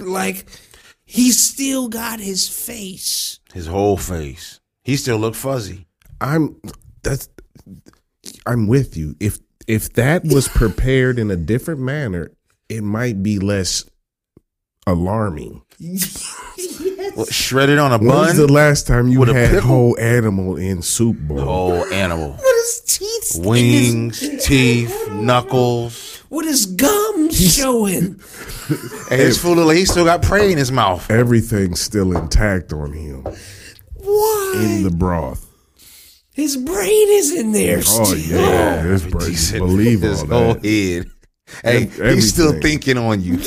Speaker 3: Like he's still got his face. <laughs>
Speaker 2: His whole face. He still look fuzzy.
Speaker 1: I'm that's I'm with you. If if that
Speaker 2: <laughs>
Speaker 1: was prepared in a different manner, it might be less alarming.
Speaker 2: What, shredded on a
Speaker 1: When's
Speaker 2: bun?
Speaker 1: the last time you
Speaker 2: With a Oh.
Speaker 1: had
Speaker 2: pickle?
Speaker 1: whole animal in soup bowl?
Speaker 2: Whole animal.
Speaker 3: What is teeth?
Speaker 2: Wings, teeth, knuckles.
Speaker 3: What is gum
Speaker 2: <laughs>
Speaker 3: showing?
Speaker 2: And it's full of. He still got prey in his mouth.
Speaker 1: Everything's still intact on him in
Speaker 3: Why?
Speaker 1: the broth.
Speaker 3: His brain is in there.
Speaker 1: Oh
Speaker 3: still.
Speaker 1: yeah, this
Speaker 2: He
Speaker 1: break, believe
Speaker 2: his
Speaker 1: all
Speaker 2: whole
Speaker 1: that.
Speaker 2: head. Hey, he's still
Speaker 1: everything.
Speaker 2: thinking
Speaker 1: <laughs>
Speaker 2: on you.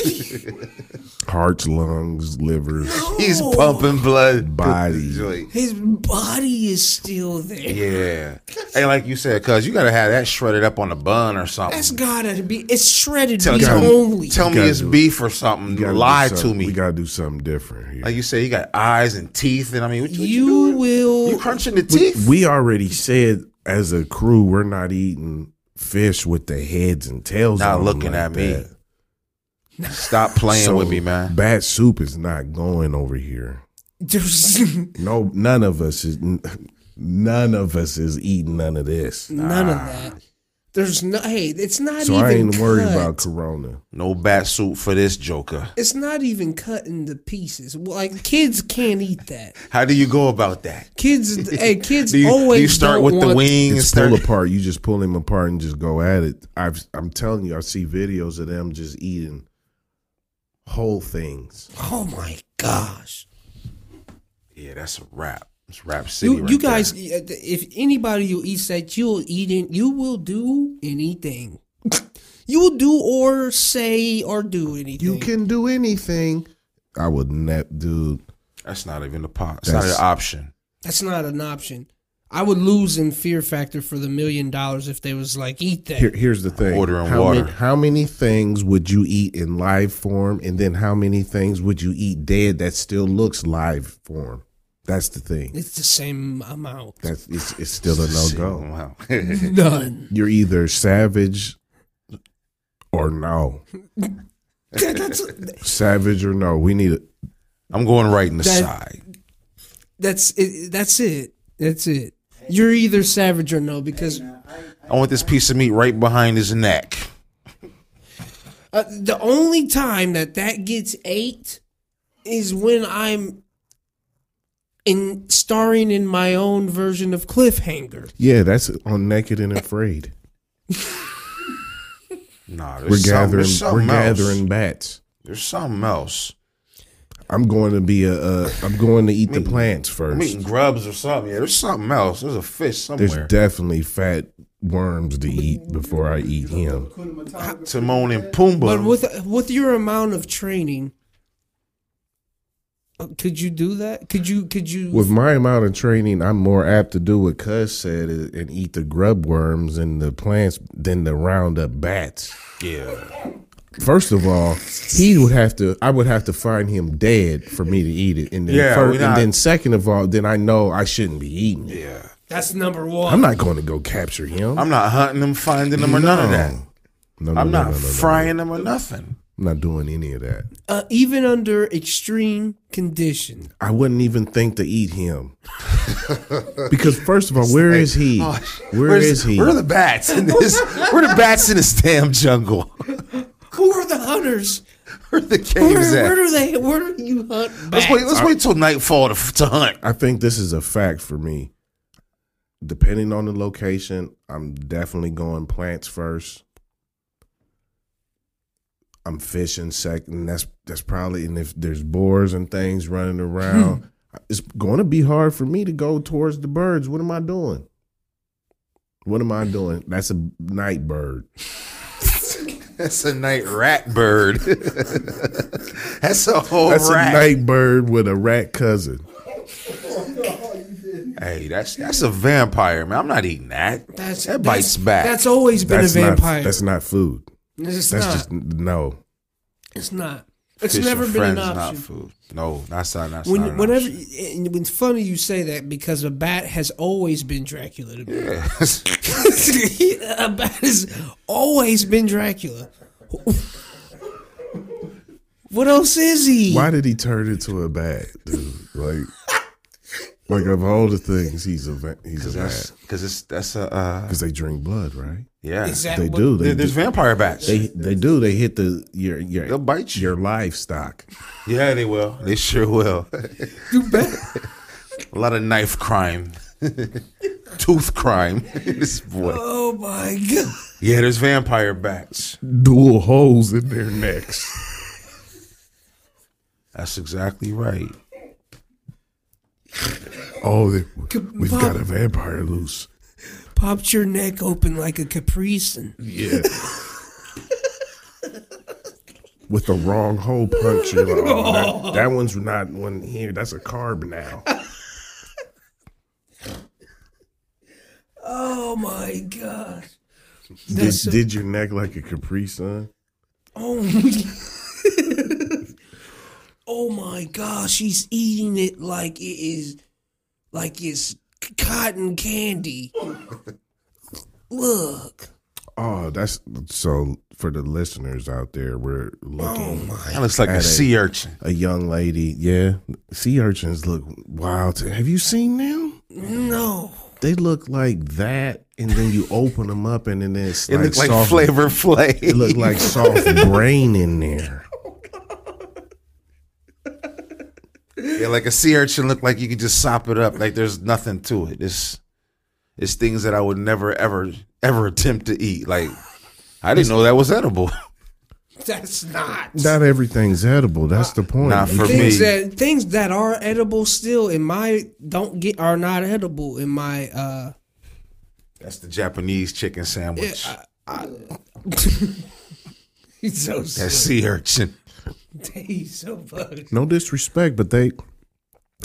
Speaker 1: Hearts, lungs, livers,
Speaker 2: he's pumping blood. through
Speaker 1: Body.
Speaker 2: the joint.
Speaker 3: His body is still there.
Speaker 2: Yeah. Hey, like you said, cuz you gotta have that shredded up on a bun or something.
Speaker 3: That's gotta be. It's shredded
Speaker 2: tell,
Speaker 3: beef
Speaker 2: tell-
Speaker 3: only.
Speaker 2: tell me
Speaker 1: Gotta
Speaker 2: it's
Speaker 1: do it.
Speaker 2: beef or something.
Speaker 1: We gotta do
Speaker 2: Lie to
Speaker 1: something-
Speaker 2: me.
Speaker 1: We gotta do something different here.
Speaker 2: like you said, you got eyes and teeth, and I mean, what, what you,
Speaker 3: you
Speaker 2: doing?
Speaker 3: will.
Speaker 2: You crunching the
Speaker 1: we,
Speaker 2: teeth?
Speaker 1: we already said as a crew we're not eating fish with the heads and tails.
Speaker 2: Not
Speaker 1: on 'em
Speaker 2: looking
Speaker 1: like
Speaker 2: at me.
Speaker 1: that.
Speaker 2: Stop playing
Speaker 1: So,
Speaker 2: with me, man.
Speaker 1: Bad soup is not going over here.
Speaker 3: <laughs> There's
Speaker 1: No, none of us is. None of us is eating none of this.
Speaker 3: none of that. There's no. Hey, it's not
Speaker 1: So
Speaker 3: even.
Speaker 1: I ain't worried
Speaker 3: cut.
Speaker 1: about Corona.
Speaker 2: No bat suit for this joker.
Speaker 3: It's not even cut into pieces. Well, Like kids can't eat that.
Speaker 2: How do you go about that? <laughs>
Speaker 3: Kids, hey, kids
Speaker 2: Do you, do
Speaker 3: always
Speaker 2: you start
Speaker 3: don't
Speaker 2: with the
Speaker 3: want-
Speaker 2: wings?
Speaker 1: It's
Speaker 2: start-
Speaker 1: pull apart. You just pull them apart and just go at it. I've, I'm telling you, I see videos of them just eating whole things.
Speaker 3: Oh my gosh!
Speaker 2: yeah, that's a wrap. It's rap city.
Speaker 3: You,
Speaker 2: right
Speaker 3: you
Speaker 2: there.
Speaker 3: guys, if anybody who eats that, you'll eat it. You will do anything. <laughs> you will do or say or do anything.
Speaker 1: You can do anything. I would never, dude.
Speaker 2: That's not even a pot. It's not
Speaker 1: That's-
Speaker 2: an option.
Speaker 3: That's not an option. I would lose in Fear Factor for the million dollars if they was like eat that.
Speaker 1: Here, here's the thing.
Speaker 2: Ordering
Speaker 1: how
Speaker 2: water.
Speaker 1: Many, how many things would you eat in live form, and then how many things would you eat dead that still looks live form? That's the thing.
Speaker 3: It's the same amount.
Speaker 1: That's it's, it's still a no go.
Speaker 2: Wow.
Speaker 3: <laughs>
Speaker 2: <laughs>
Speaker 3: None.
Speaker 1: You're either savage or no.
Speaker 3: That- that's
Speaker 1: Savage or no. We need a,
Speaker 2: I'm going right in the
Speaker 3: That-
Speaker 2: side.
Speaker 3: that's it, that's it. That's it. You're either savage or no because
Speaker 2: I want this piece of meat right behind his neck.
Speaker 3: Uh, the only time that that gets eight is when I'm in starring in my own version of Cliffhanger.
Speaker 1: yeah. That's on naked and afraid.
Speaker 2: Nah, there's
Speaker 1: We're
Speaker 2: some-
Speaker 1: gathering.
Speaker 2: there's
Speaker 1: We're
Speaker 2: something else.
Speaker 1: gathering bats.
Speaker 2: There's something else.
Speaker 1: I'm going to be a. a I'm going to eat the plants first.
Speaker 2: I'm eating grubs or something. Yeah, there's something else. There's a fish somewhere.
Speaker 1: There's definitely fat worms to eat before I eat him.
Speaker 2: Timon and Pumbaa.
Speaker 3: But with with your amount of training, uh, could you do that? Could you? Could you?
Speaker 1: With my amount of training, I'm more apt to do what Cuz said i- and eat the grub worms and the plants than the Roundup bats.
Speaker 2: yeah,
Speaker 1: First of all, he would have to. I would have to find him dead for me to eat it, and then
Speaker 2: Yeah,
Speaker 1: fir-
Speaker 2: we're
Speaker 1: and
Speaker 2: not-
Speaker 1: then second of all, then I know I shouldn't be eating it.
Speaker 2: yeah.
Speaker 3: that's number one.
Speaker 1: I'm not going to go capture him.
Speaker 2: I'm not hunting them, finding them, or none of that.
Speaker 1: No, no,
Speaker 2: I'm
Speaker 1: no,
Speaker 2: not
Speaker 1: no, no, no, no.
Speaker 2: frying them or nothing.
Speaker 1: I'm not doing any of that.
Speaker 3: uh, even under extreme condition.
Speaker 1: I wouldn't even think to eat him. because first of all, where is he? Where
Speaker 2: Where's-
Speaker 1: is he?
Speaker 2: Oh, Where are the bats in this? where are the bats in this damn jungle? <laughs>
Speaker 3: Who are the hunters?
Speaker 2: Where are the
Speaker 3: Where,
Speaker 2: caves
Speaker 3: where
Speaker 2: at?
Speaker 3: do they? Where do you hunt?
Speaker 2: Let's
Speaker 3: Bats?
Speaker 2: wait. Let's wait till nightfall to, to hunt.
Speaker 1: I think this is a fact for me. Depending on the location, I'm definitely going plants first. I'm fishing second. That's that's probably and if there's boars and things running around,
Speaker 2: Hmm.
Speaker 1: it's going to be hard for me to go towards the birds. What am I doing? What am I doing? That's a night bird.
Speaker 2: That's a night rat bird. <laughs> That's a whole
Speaker 1: That's
Speaker 2: rat.
Speaker 1: a night bird with a rat cousin.
Speaker 2: Hey, that's that's a vampire, man. I'm not eating that.
Speaker 3: That's-
Speaker 2: that
Speaker 3: that's-
Speaker 2: bites back.
Speaker 3: That's always been
Speaker 1: That's
Speaker 3: a
Speaker 1: not
Speaker 3: vampire.
Speaker 1: that's not food.
Speaker 3: it's
Speaker 1: That's
Speaker 3: not.
Speaker 1: just no.
Speaker 3: it's not. It's
Speaker 2: Fish
Speaker 3: never
Speaker 2: and
Speaker 3: been an
Speaker 2: friends,
Speaker 3: option.
Speaker 2: Not food. No, that's not. That's not
Speaker 3: When,
Speaker 2: an
Speaker 3: whenever
Speaker 2: option. <laughs>
Speaker 3: and it's funny you say that because a bat has always been Dracula to me. <laughs> a bat has always been Dracula. what else is he?
Speaker 1: Why did he turn into a bat, dude? Like Like of all the things, he's a va- he's
Speaker 2: Because
Speaker 1: a
Speaker 2: that's
Speaker 1: bat
Speaker 2: because it's that's a uh,
Speaker 1: because they drink blood, right?
Speaker 2: yeah.
Speaker 3: Exactly.
Speaker 1: They do. They
Speaker 2: There- There's
Speaker 1: do.
Speaker 2: vampire bats.
Speaker 1: They, they do. They hit the your
Speaker 2: They'll
Speaker 1: your
Speaker 2: bite you.
Speaker 1: your livestock.
Speaker 2: Yeah, they will. They sure will. <laughs>
Speaker 3: You bet.
Speaker 2: a lot of knife crime, <laughs> tooth crime. <laughs> this boy.
Speaker 3: Oh my god.
Speaker 2: Yeah, there's vampire bats.
Speaker 1: Dual holes in their necks.
Speaker 2: That's exactly right.
Speaker 1: Oh, they, we've
Speaker 3: Pop-
Speaker 1: got a vampire loose.
Speaker 3: Popped your neck open like a caprice. And
Speaker 1: Yeah. With the wrong hole punch, you're like, oh, that, that one's not one here. That's a carb now.
Speaker 3: oh my god.
Speaker 1: Did,
Speaker 3: That's so-
Speaker 1: did your neck like a Capri Sun?
Speaker 3: Oh. my- oh my god. She's eating it like it is, like it's cotton candy. Look.
Speaker 1: Oh, that's so for the listeners out there. We're looking
Speaker 2: That looks like a sea urchin.
Speaker 1: a young lady. Yeah, sea urchins look wild. to- Have you seen them?
Speaker 3: No.
Speaker 1: They look like that, and then you open them up, and then it's
Speaker 2: It looks like
Speaker 1: soft-
Speaker 2: Flavor Flay.
Speaker 1: It looked like soft brain in there.
Speaker 2: Yeah, like a sea urchin look like you could just sop it up. Like there's nothing to it. It's it's things that I would never ever ever attempt to eat. Like I didn't know that was edible. <laughs>
Speaker 3: That's not.
Speaker 1: Not everything's edible. That's the point.
Speaker 2: Not for me.
Speaker 3: things that things that are edible still in my don't get are not edible in my uh <laughs>
Speaker 2: That's the Japanese chicken sandwich.
Speaker 3: he's so
Speaker 2: that
Speaker 3: s-
Speaker 2: sea urchin.
Speaker 3: he's so bugged.
Speaker 1: no disrespect, but they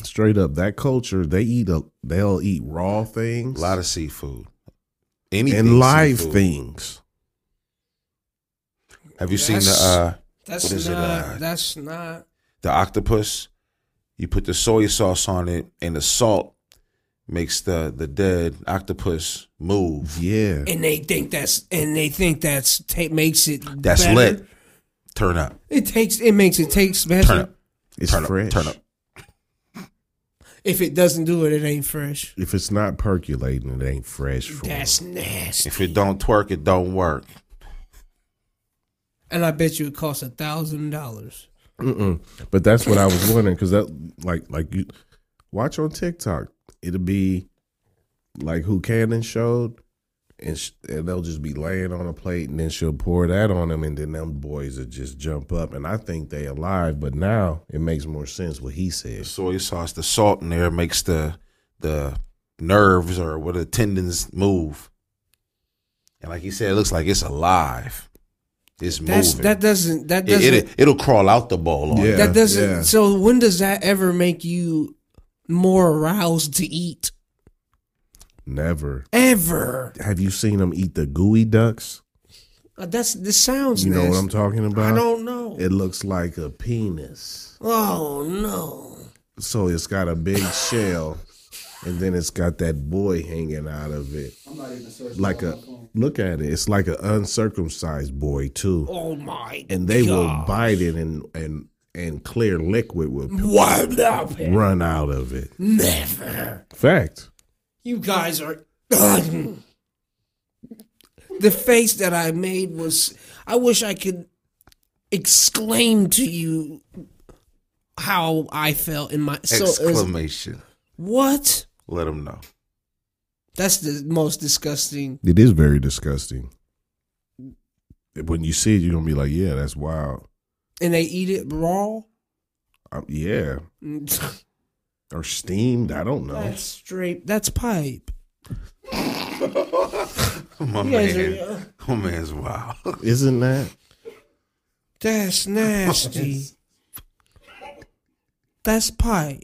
Speaker 1: straight up that culture. They eat a. They'll eat raw things
Speaker 2: A lot of seafood. Anything
Speaker 1: and live
Speaker 2: seafood.
Speaker 1: things.
Speaker 2: Have you seen the
Speaker 3: That's-
Speaker 2: uh
Speaker 3: That's
Speaker 2: What is it,
Speaker 3: not
Speaker 2: uh,
Speaker 3: that's not
Speaker 2: the octopus? You put the soy sauce on it and the salt makes the the dead octopus move.
Speaker 1: Yeah.
Speaker 3: and they think that's and they think that's ta- makes it
Speaker 2: That's
Speaker 3: better.
Speaker 2: lit. Turn up.
Speaker 3: It takes it makes it taste
Speaker 2: Turn
Speaker 3: better.
Speaker 2: up.
Speaker 1: It's
Speaker 2: Turn
Speaker 1: fresh.
Speaker 2: up. Turn up.
Speaker 3: If it doesn't do it, it ain't fresh.
Speaker 1: If it's not percolating, it ain't fresh for
Speaker 3: That's nasty.
Speaker 2: If it don't twerk, it don't work.
Speaker 3: And I bet you it costs a thousand dollars.
Speaker 1: Mm-mm. But that's what I was wondering because that, like, like you watch on TikTok, it'll be like who Cannon showed, and, sh- and they'll just be laying on a plate, and then she'll pour that on them, and then them boys will just jump up, and I think they alive. But now it makes more sense what he
Speaker 2: The
Speaker 1: said.
Speaker 2: soy sauce, the salt in there makes the the nerves or what the tendons move. And like he said, it looks like it's alive. It's
Speaker 3: That's
Speaker 2: moving.
Speaker 3: that doesn't that
Speaker 2: it,
Speaker 3: doesn't
Speaker 2: it, it'll crawl out the bowl on you.
Speaker 1: Yeah,
Speaker 3: That doesn't.
Speaker 1: yeah.
Speaker 3: So when does that ever make you more aroused to eat?
Speaker 1: Never
Speaker 3: Ever?
Speaker 1: have you seen them eat the gooey ducks?
Speaker 3: Uh, That's this sounds.
Speaker 1: You know what I'm
Speaker 3: nasty.
Speaker 1: talking about?
Speaker 3: I don't know.
Speaker 1: It looks like a penis.
Speaker 3: oh no!
Speaker 1: So it's got a big shell, and then it's got that boy hanging out of it.
Speaker 4: I'm not even searching.
Speaker 1: Like
Speaker 4: on
Speaker 1: a
Speaker 4: my phone.
Speaker 1: look at it. It's like an uncircumcised boy too,
Speaker 3: Oh my!
Speaker 1: and they will
Speaker 3: God.
Speaker 1: bite it, and and and clear liquid will p-
Speaker 3: Word up!
Speaker 1: run out of it.
Speaker 3: Never.
Speaker 1: Fact.
Speaker 3: You guys are. the face that I made was. I wish I could exclaim to you how I felt in my. So it was,
Speaker 2: Exclamation.
Speaker 3: what?
Speaker 2: Let them know. <laughs>
Speaker 3: That's the most disgusting.
Speaker 1: It is very disgusting. When you see it, you're gonna be like, "Yeah, that's wild."
Speaker 3: And they eat it raw.
Speaker 1: Um, yeah,
Speaker 3: That's
Speaker 1: or steamed. I don't know.
Speaker 3: straight. That's pipe.
Speaker 2: My
Speaker 3: You guys
Speaker 2: man.
Speaker 3: are-
Speaker 2: My man's
Speaker 3: <laughs>
Speaker 2: wild.
Speaker 1: Isn't that?
Speaker 3: That's nasty. That's
Speaker 2: <laughs>
Speaker 3: pipe.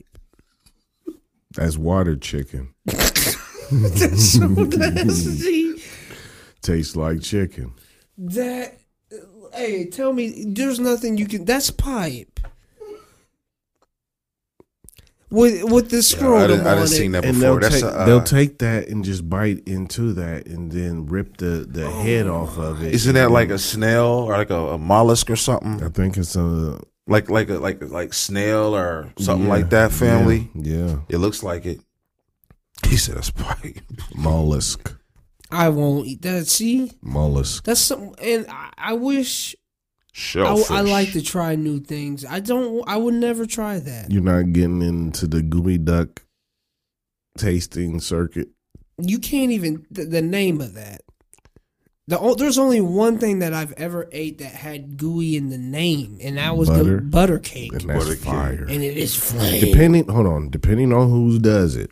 Speaker 1: That's water chicken.
Speaker 3: That's so nasty.
Speaker 1: Tastes like chicken.
Speaker 3: That. Hey, tell me, there's nothing you can. That's pipe. With with the
Speaker 2: I
Speaker 3: scrotum
Speaker 2: didn't, I didn't
Speaker 3: on
Speaker 2: seen
Speaker 3: it.
Speaker 2: that
Speaker 1: and
Speaker 2: before.
Speaker 1: they'll
Speaker 2: That's
Speaker 1: take,
Speaker 2: a, uh,
Speaker 1: they'll take that and just bite into that and then rip the, the head off of it.
Speaker 2: isn't that like a snail or like a, a mollusk or something?
Speaker 1: I think it's a
Speaker 2: like like a, like like snail or something like that family.
Speaker 1: Yeah.
Speaker 2: It looks like it. He said that's probably
Speaker 1: Mollusk.
Speaker 3: I won't eat that. See,
Speaker 1: Mollusk.
Speaker 3: that's something, and I, I wish I,
Speaker 2: shellfish.
Speaker 3: I like to try new things. I don't. I would never try that.
Speaker 1: You're not getting into the gooey duck tasting circuit.
Speaker 3: you can't even the, the name of that. The o- there's only one thing that I've ever ate that had gooey in the name, and that was
Speaker 1: Butter?
Speaker 3: the butter cake,
Speaker 1: And
Speaker 3: and,
Speaker 1: that's
Speaker 2: Butter cake.
Speaker 1: fire.
Speaker 3: it is flame.
Speaker 1: Depending, hold on. Depending on who does it,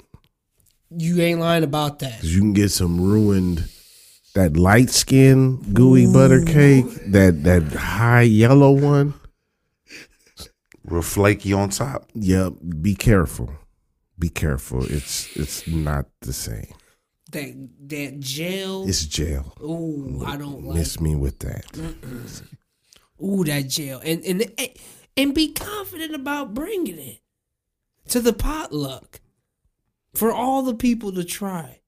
Speaker 3: you ain't lying about that.
Speaker 1: 'cause you can get some ruined. That light skin gooey butter cake, that that high yellow one.
Speaker 2: real flaky on top.
Speaker 1: Yeah, be careful. Be careful. It's it's not the same.
Speaker 3: That that gel.
Speaker 1: It's jail.
Speaker 3: Ooh, I don't like.
Speaker 1: Miss me with that.
Speaker 3: Ooh, that gel, and and eh, and be confident about bringing it to the potluck for all the people to try.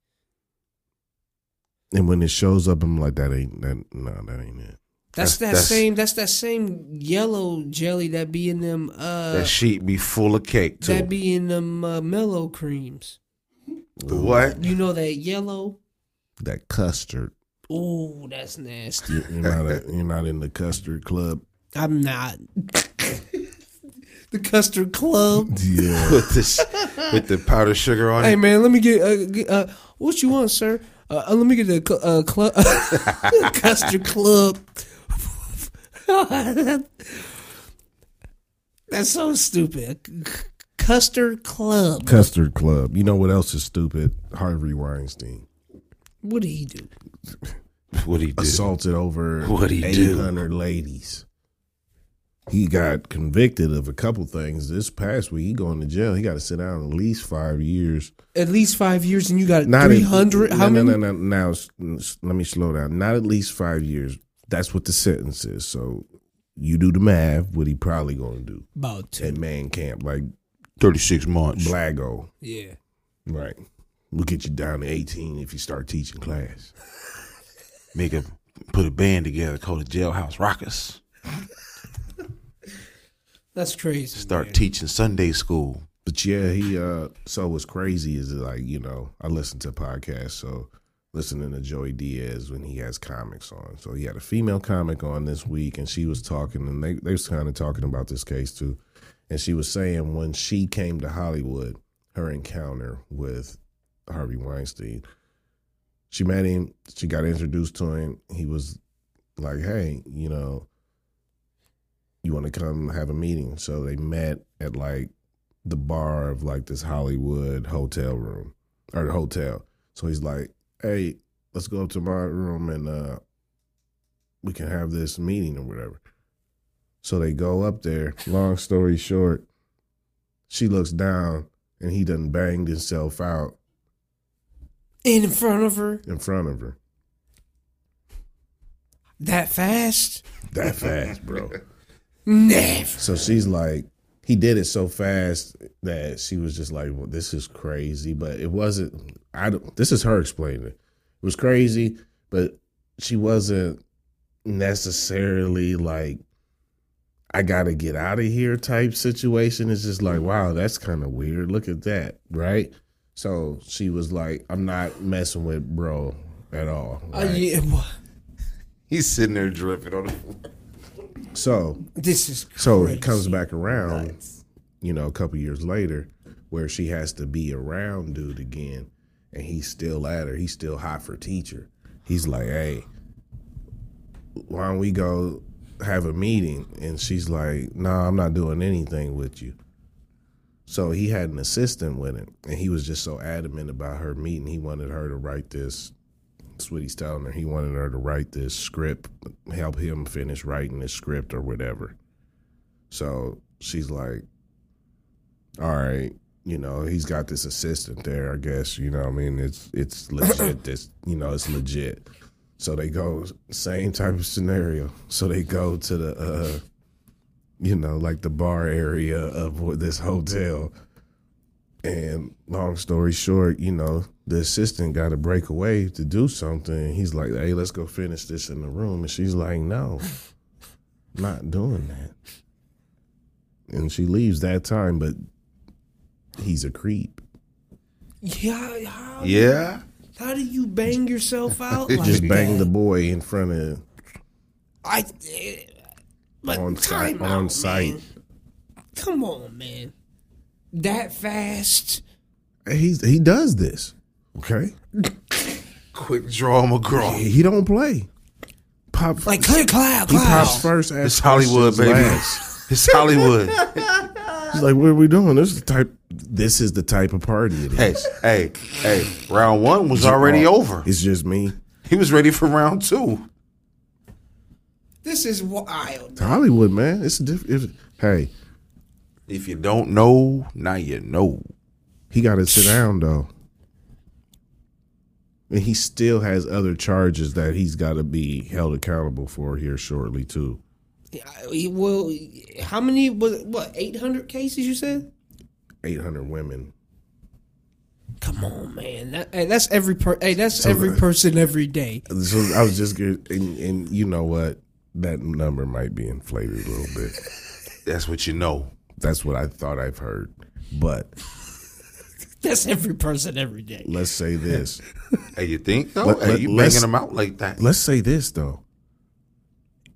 Speaker 1: And when it shows up, I'm like, that ain't that. No, that ain't it.
Speaker 3: That's,
Speaker 2: That's- that's-
Speaker 3: that same. That's that same yellow jelly that be in them. Uh,
Speaker 2: that sheet be full of cake too.
Speaker 3: That be in them uh, mellow creams.
Speaker 2: The <laughs> what?
Speaker 3: You know that yellow?
Speaker 1: That custard.
Speaker 3: Ooh, that's nasty.
Speaker 1: You- You're not. A, you're not in the custard club. <laughs>
Speaker 3: I'm not. the
Speaker 1: <laughs>
Speaker 3: custard club.
Speaker 1: Yeah.
Speaker 2: With this with the powdered sugar on
Speaker 3: Hey
Speaker 2: it.
Speaker 3: man, let me get uh, get, uh what you want, sir? Uh, uh, let me get the cu- uh, club <laughs> custard club. <laughs> that's so stupid. C- Custard club.
Speaker 1: Custard club. You know what else is stupid? Harvey Weinstein
Speaker 3: What did he do?
Speaker 2: What he did.
Speaker 1: assaulted over
Speaker 2: What'd he do?
Speaker 1: 800 ladies. He got convicted of a couple things this past week. He going to jail. He got to sit down at least five years.
Speaker 3: At least five years, and you got
Speaker 1: Not
Speaker 3: three hundred.
Speaker 1: at-
Speaker 3: How
Speaker 1: no,
Speaker 3: many?
Speaker 1: No, no, no. Now s- s- let me slow down. Not at least five years. That's what the sentence is. So you do the math. What he probably going to do
Speaker 3: About two.
Speaker 1: at man camp like
Speaker 2: Thirty six months.
Speaker 1: Blago.
Speaker 3: Yeah.
Speaker 1: Right. We'll get you down to eighteen if you start teaching class.
Speaker 2: Make a put a band together called the Jailhouse Rockers.
Speaker 3: That's crazy.
Speaker 2: Start teaching Sunday school.
Speaker 1: But yeah, he uh so what's crazy is like, you know, I listen to podcasts, so listening to Joey Diaz when he has comics on. So he had a female comic on this week and she was talking and they, they was kinda talking about this case too. And she was saying when she came to Hollywood, her encounter with Harvey Weinstein, she met him, she got introduced to him, he was like, Hey, you know, you wanna come have a meeting? So they met at like the bar of like this Hollywood hotel room or the hotel. So he's like, "Hey, let's go up to my room and uh we can have this meeting or whatever." So they go up there. Long story short, she looks down and he done banged himself out
Speaker 3: in front of her
Speaker 1: in front of her.
Speaker 3: that fast?
Speaker 1: That fast, bro.
Speaker 3: Never.
Speaker 1: So she's like, he did it so fast that she was just like, well, this is crazy. But it wasn't, I don't, this is her explaining it. It was crazy, but she wasn't necessarily like, I gotta get out of here type situation. It's just like, wow, that's kind of weird. Look at that, right? So she was like, I'm not messing with bro at all.
Speaker 3: Uh,
Speaker 1: right?
Speaker 3: yeah, wha-
Speaker 2: He's sitting there dripping on the
Speaker 1: So
Speaker 3: this is crazy.
Speaker 1: So it comes back around, you know, a couple years later, where she has to be around dude again, and he's still at her. He's still hot for teacher. He's like, hey, why don't we go have a meeting? And she's like, no, nah, I'm not doing anything with you. So he had an assistant with him, and he was just so adamant about her meeting. He wanted her to write this. That's what he's telling her. He wanted her to write this script, help him finish writing this script or whatever. So she's like, all right, you know, he's got this assistant there, I guess, you know, what I mean, it's it's legit this, you know, it's legit. So they go same type of scenario. So they go to the uh you know, like the bar area of what- this hotel. And long story short, you know, the assistant got to break away to do something. He's like, "Hey, let's go finish this in the room." And she's like, "No. Not doing that." and she leaves that time, but he's a creep.
Speaker 3: Yeah, how,
Speaker 2: Yeah.
Speaker 3: how do you
Speaker 1: <laughs>
Speaker 3: bang yourself out like
Speaker 1: Just bang
Speaker 3: that?
Speaker 1: the boy in front of
Speaker 3: I, eh, but
Speaker 1: on
Speaker 3: time
Speaker 1: site
Speaker 3: out,
Speaker 1: on site.
Speaker 3: man. Come on, man. That fast?
Speaker 1: He's he does this. Okay.
Speaker 2: Quick draw McGraw.
Speaker 1: He don't play. Pop
Speaker 3: Like clear cloud,
Speaker 1: he pops
Speaker 3: cloud.
Speaker 1: first
Speaker 2: It's
Speaker 1: as
Speaker 2: Hollywood, baby. It's <laughs> Hollywood.
Speaker 1: He's like, what are we doing? This is the type this is the type of party it is.
Speaker 2: hey, hey, hey. Round one was already over.
Speaker 1: It's just me.
Speaker 2: He was ready for round two.
Speaker 3: This is wild.
Speaker 1: It's Hollywood, man. It's a different hey,
Speaker 2: If you don't know, now you know.
Speaker 1: he gotta sit down though. And he still has other charges that he's gotta be held accountable for here shortly too.
Speaker 3: I- Well, how many was it, what? Eight hundred cases? You said?
Speaker 1: Eight hundred women.
Speaker 3: Come on, man. That, hey, that's every per. Hey, that's every person every day.
Speaker 1: So I was just gonna and, and you know what? That number might be inflated a little bit.
Speaker 2: That's what you know.
Speaker 1: That's what I thought I've heard. But
Speaker 3: That's every person every day.
Speaker 1: let's say this.
Speaker 2: Hey, you think though?
Speaker 1: Let-
Speaker 2: hey,
Speaker 1: let-
Speaker 2: you
Speaker 1: let's-
Speaker 2: banging them out like that?
Speaker 1: Let's say this though.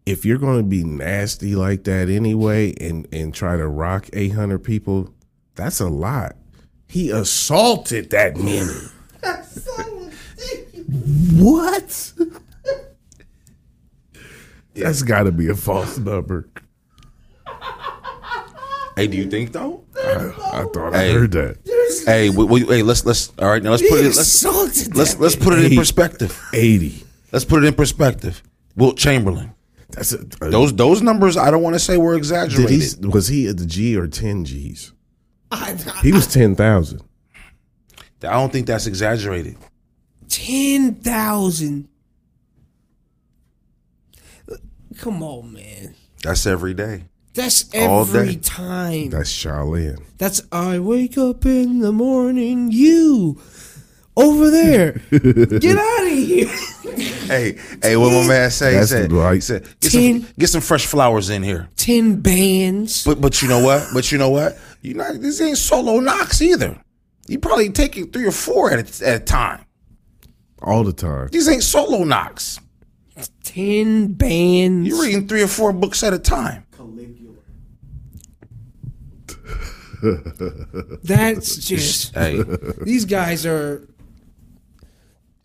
Speaker 1: If you're going to be nasty like that anyway and and try to rock 800 people, that's a lot. He assaulted that many. what? That's got to be a false number.
Speaker 2: Hey, do you think though?
Speaker 1: I thought I
Speaker 2: Hey.
Speaker 1: heard that.
Speaker 2: Hey, we, we, hey, let's let's all right now. Let's
Speaker 3: He
Speaker 2: put it. Let's
Speaker 3: assaulted.
Speaker 2: let's
Speaker 3: that
Speaker 2: let's put it in
Speaker 1: Hey.
Speaker 2: perspective.
Speaker 1: 80.
Speaker 2: Let's put it in perspective. Wilt Chamberlain.
Speaker 1: That's a, a-
Speaker 2: Those those numbers I don't want to say were
Speaker 1: did
Speaker 2: exaggerated.
Speaker 1: he, was he at the G or 10 G's?
Speaker 3: man. I- I-
Speaker 1: He was 10,000.
Speaker 2: I don't think that's exaggerated.
Speaker 3: Ten thousand. Come on, man.
Speaker 2: That's every day.
Speaker 3: That's
Speaker 2: All day.
Speaker 3: every time.
Speaker 1: That's Charlene.
Speaker 3: That's I wake up in the morning. You over there.
Speaker 2: <laughs>
Speaker 3: Get out of here.
Speaker 2: Hey, hey, what my man say? He
Speaker 1: That's
Speaker 2: said,
Speaker 1: right.
Speaker 2: he said get, some,
Speaker 3: Ten.
Speaker 2: get some fresh flowers in here.
Speaker 3: Ten bands.
Speaker 2: But but you know what? But you know what? You not this ain't solo knocks either. You probably taking three or four at a, at a time.
Speaker 1: All the time.
Speaker 2: These ain't solo knocks.
Speaker 3: Ten bands.
Speaker 2: You're reading three or four books at a time.
Speaker 4: Caligula.
Speaker 2: <laughs>
Speaker 3: That's just
Speaker 1: <laughs>
Speaker 2: Hey,
Speaker 3: these guys are.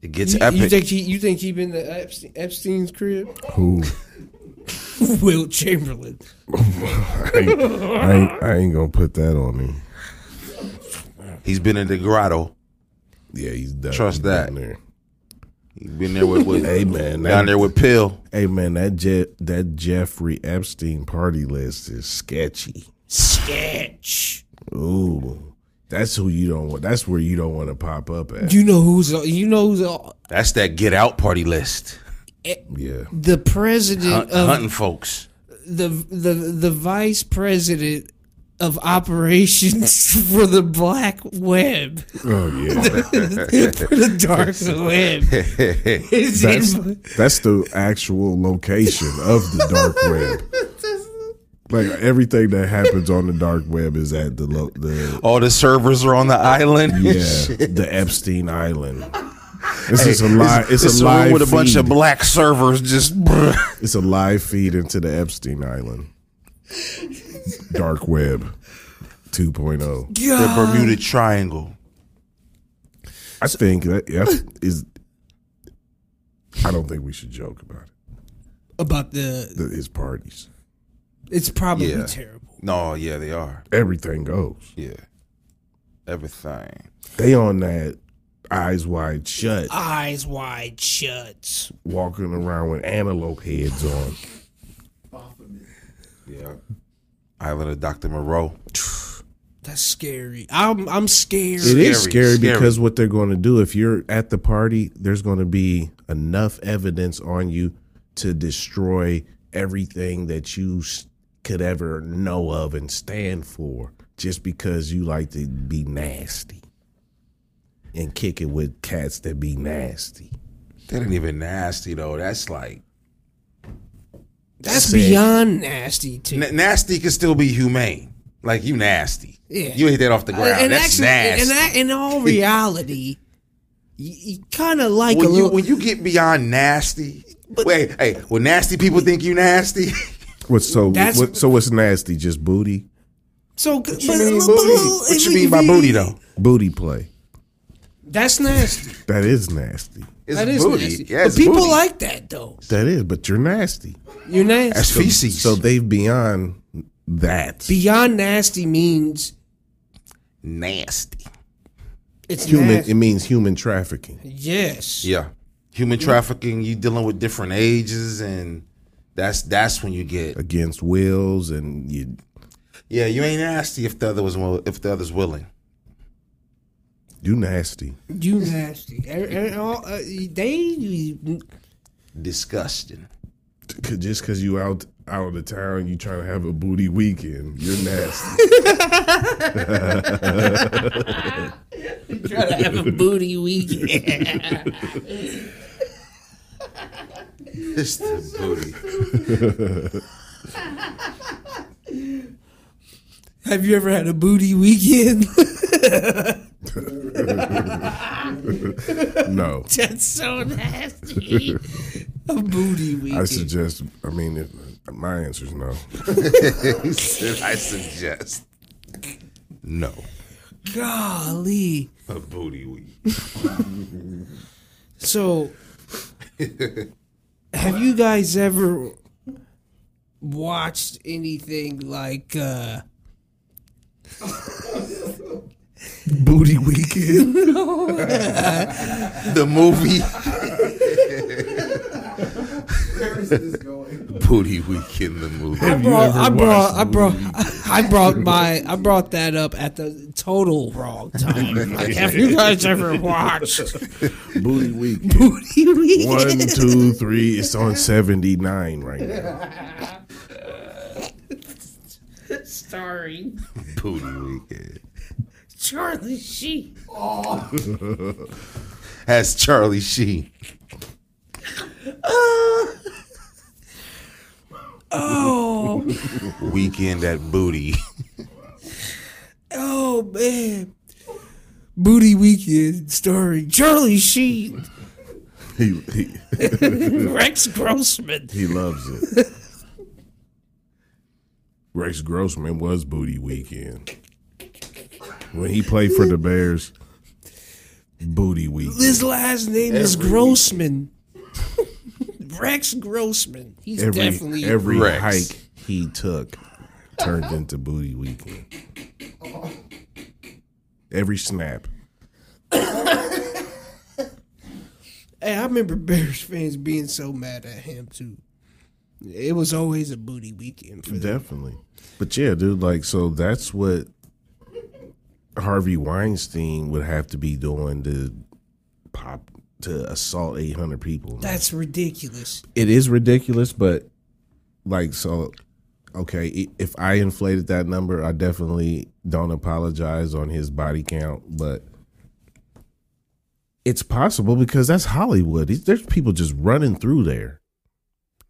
Speaker 2: it gets
Speaker 3: You,
Speaker 2: epic.
Speaker 3: you think he? You think he been to Epstein, Epstein's crib? <laughs>
Speaker 1: Who?
Speaker 3: Will Chamberlain.
Speaker 1: I ain't, I ain't, I ain't gonna put that on him.
Speaker 2: He's been in the grotto.
Speaker 1: Yeah, he's done.
Speaker 2: Trust
Speaker 1: he's done
Speaker 2: that.
Speaker 1: there.
Speaker 2: He's been there with,
Speaker 1: <laughs>
Speaker 2: with
Speaker 1: Hey man,
Speaker 2: down there
Speaker 1: that,
Speaker 2: with Pill.
Speaker 1: hey man, that Je- that Jeffrey Epstein party list is sketchy.
Speaker 3: Sketch.
Speaker 1: Ooh, that's who you don't want. That's where you don't want to pop up at.
Speaker 3: You know who's? You know who's
Speaker 2: That's that get out party list.
Speaker 1: yeah,
Speaker 3: the president
Speaker 2: Hunt,
Speaker 1: uh,
Speaker 3: of
Speaker 1: <laughs>
Speaker 2: hunting folks.
Speaker 3: the the the vice president of operations <laughs> for the black web, <laughs>
Speaker 1: <laughs> oh yeah,
Speaker 3: for the dark
Speaker 2: <laughs>
Speaker 3: web. Is
Speaker 1: that's
Speaker 3: in-
Speaker 1: that's the actual location of the dark web. Like everything that happens on the dark web is at the lo- the
Speaker 2: All the servers are on the island.
Speaker 1: yeah
Speaker 2: <laughs> Shit.
Speaker 1: the Epstein Island. This is a
Speaker 2: Hey,
Speaker 1: live. It's,
Speaker 2: it's
Speaker 1: a
Speaker 2: room
Speaker 1: live
Speaker 2: with a bunch
Speaker 1: feed.
Speaker 2: of black servers just. <laughs>
Speaker 1: It's a live feed into the Epstein Island. Dark Web oh. 2.0.
Speaker 2: the
Speaker 3: God.
Speaker 2: Bermuda Triangle.
Speaker 1: I think that yeah, is. I don't think we should joke about it.
Speaker 3: about the.
Speaker 1: The- His parties,
Speaker 3: It's probably
Speaker 2: Yeah.
Speaker 3: terrible.
Speaker 2: No, yeah, they are.
Speaker 1: everything goes.
Speaker 2: Yeah, everything.
Speaker 1: They on that eyes wide shut,
Speaker 3: Eyes wide shut.
Speaker 1: walking around with antelope heads on.
Speaker 4: Baphomet.
Speaker 2: Yeah, Island of Doctor Moreau.
Speaker 3: That's scary. I'm I'm scared.
Speaker 1: It is
Speaker 2: Scary,
Speaker 1: scary,
Speaker 2: scary.
Speaker 1: because what they're going to do if you're at the party, there's going to be enough evidence on you to destroy everything that you s- could ever know of and stand for just because you like to be nasty and kick it with cats that be nasty.
Speaker 2: That ain't even nasty though. That's like
Speaker 3: That's
Speaker 1: sick.
Speaker 3: beyond nasty too.
Speaker 2: N- nasty can still be humane. Like you nasty.
Speaker 3: Yeah.
Speaker 2: You hit that off the ground.
Speaker 3: and
Speaker 2: That's
Speaker 3: actually,
Speaker 2: nasty.
Speaker 3: and that-
Speaker 2: <laughs>
Speaker 3: in all reality, you, you kind of like a
Speaker 2: when you
Speaker 3: little.
Speaker 2: when you get beyond nasty, wait, hey, when nasty people think you
Speaker 3: <laughs>
Speaker 2: nasty,
Speaker 1: What's so?
Speaker 3: That's-
Speaker 1: What, so what's nasty? Just booty,
Speaker 3: so, what
Speaker 2: you mean booty? What you mean by booty though?
Speaker 1: booty play.
Speaker 3: That's nasty.
Speaker 1: That is nasty.
Speaker 2: It's
Speaker 3: That is
Speaker 2: booty.
Speaker 3: nasty.
Speaker 2: Yeah,
Speaker 3: but
Speaker 2: it's
Speaker 3: people
Speaker 2: booty.
Speaker 3: like that though.
Speaker 1: That is, but you're nasty.
Speaker 3: You're nasty.
Speaker 2: that's feces.
Speaker 1: So they've beyond that.
Speaker 3: Beyond nasty means
Speaker 2: nasty.
Speaker 3: it's
Speaker 1: Human.
Speaker 3: nasty.
Speaker 1: It means human trafficking.
Speaker 3: yes.
Speaker 2: Yeah. Human trafficking, you dealing with different ages and that's that's when you get
Speaker 1: Against wills and you
Speaker 2: Yeah, you ain't nasty if the other was will- if the other's willing.
Speaker 1: you nasty.
Speaker 3: You nasty. And- and all- uh, they
Speaker 2: Disgusting.
Speaker 1: C- <laughs> Just because you out out of the town, you trying to have a booty weekend. You're <laughs> nasty.
Speaker 3: try to
Speaker 2: <laughs>
Speaker 3: have a booty weekend. <laughs>
Speaker 2: It's the booty.
Speaker 3: have you ever had a booty weekend? <laughs>
Speaker 1: no,
Speaker 3: That's
Speaker 2: <laughs>
Speaker 3: so nasty. a
Speaker 1: I
Speaker 3: booty weekend.
Speaker 1: suggest. I mean, if, uh, my answer's no.
Speaker 2: He said, I suggest no.
Speaker 3: Golly.
Speaker 2: A booty week.
Speaker 3: So, have you guys ever watched anything like uh
Speaker 1: Booty
Speaker 3: <laughs>
Speaker 1: weekend.
Speaker 2: The movie
Speaker 4: Where is this going?
Speaker 2: Booty Week in the
Speaker 3: I
Speaker 2: movie.
Speaker 3: brought, I
Speaker 1: ever
Speaker 3: brought, I
Speaker 1: watched
Speaker 3: brought, I brought my, I brought that up at the total wrong time. Like, have you guys ever
Speaker 1: <laughs>
Speaker 3: watched
Speaker 1: <laughs> booty weekend.
Speaker 3: Booty Weekend?
Speaker 1: <laughs> One, two, three. It's on seventy nine right now.
Speaker 3: starring
Speaker 2: Booty Weekend.
Speaker 3: Charlie Sheen.
Speaker 2: Has Charlie Sheen.
Speaker 3: Oh,
Speaker 2: Weekend at Booty.
Speaker 3: oh man, Booty Weekend starring Charlie
Speaker 1: <laughs>
Speaker 3: Sheen,
Speaker 1: He he,
Speaker 3: Rex Grossman.
Speaker 1: he loves it. Rex Grossman was booty weekend when he played for the Bears. Booty weekend.
Speaker 3: His last name is Grossman. Rex Grossman. He's
Speaker 1: Every
Speaker 3: definitely
Speaker 1: every
Speaker 2: Rex.
Speaker 1: hike he took turned into booty weekend. Every snap.
Speaker 3: Hey, I remember Bears fans being so mad at him too. It was always a booty weekend. For
Speaker 1: Definitely. But yeah, dude, like so that's what Harvey Weinstein would have to be doing to pop to assault 800 people.
Speaker 3: That's ridiculous.
Speaker 1: It is ridiculous, but like so okay, i- if I inflated that number, I definitely don't apologize on his body count, but it's possible because that's Hollywood. It- There's people just running through there.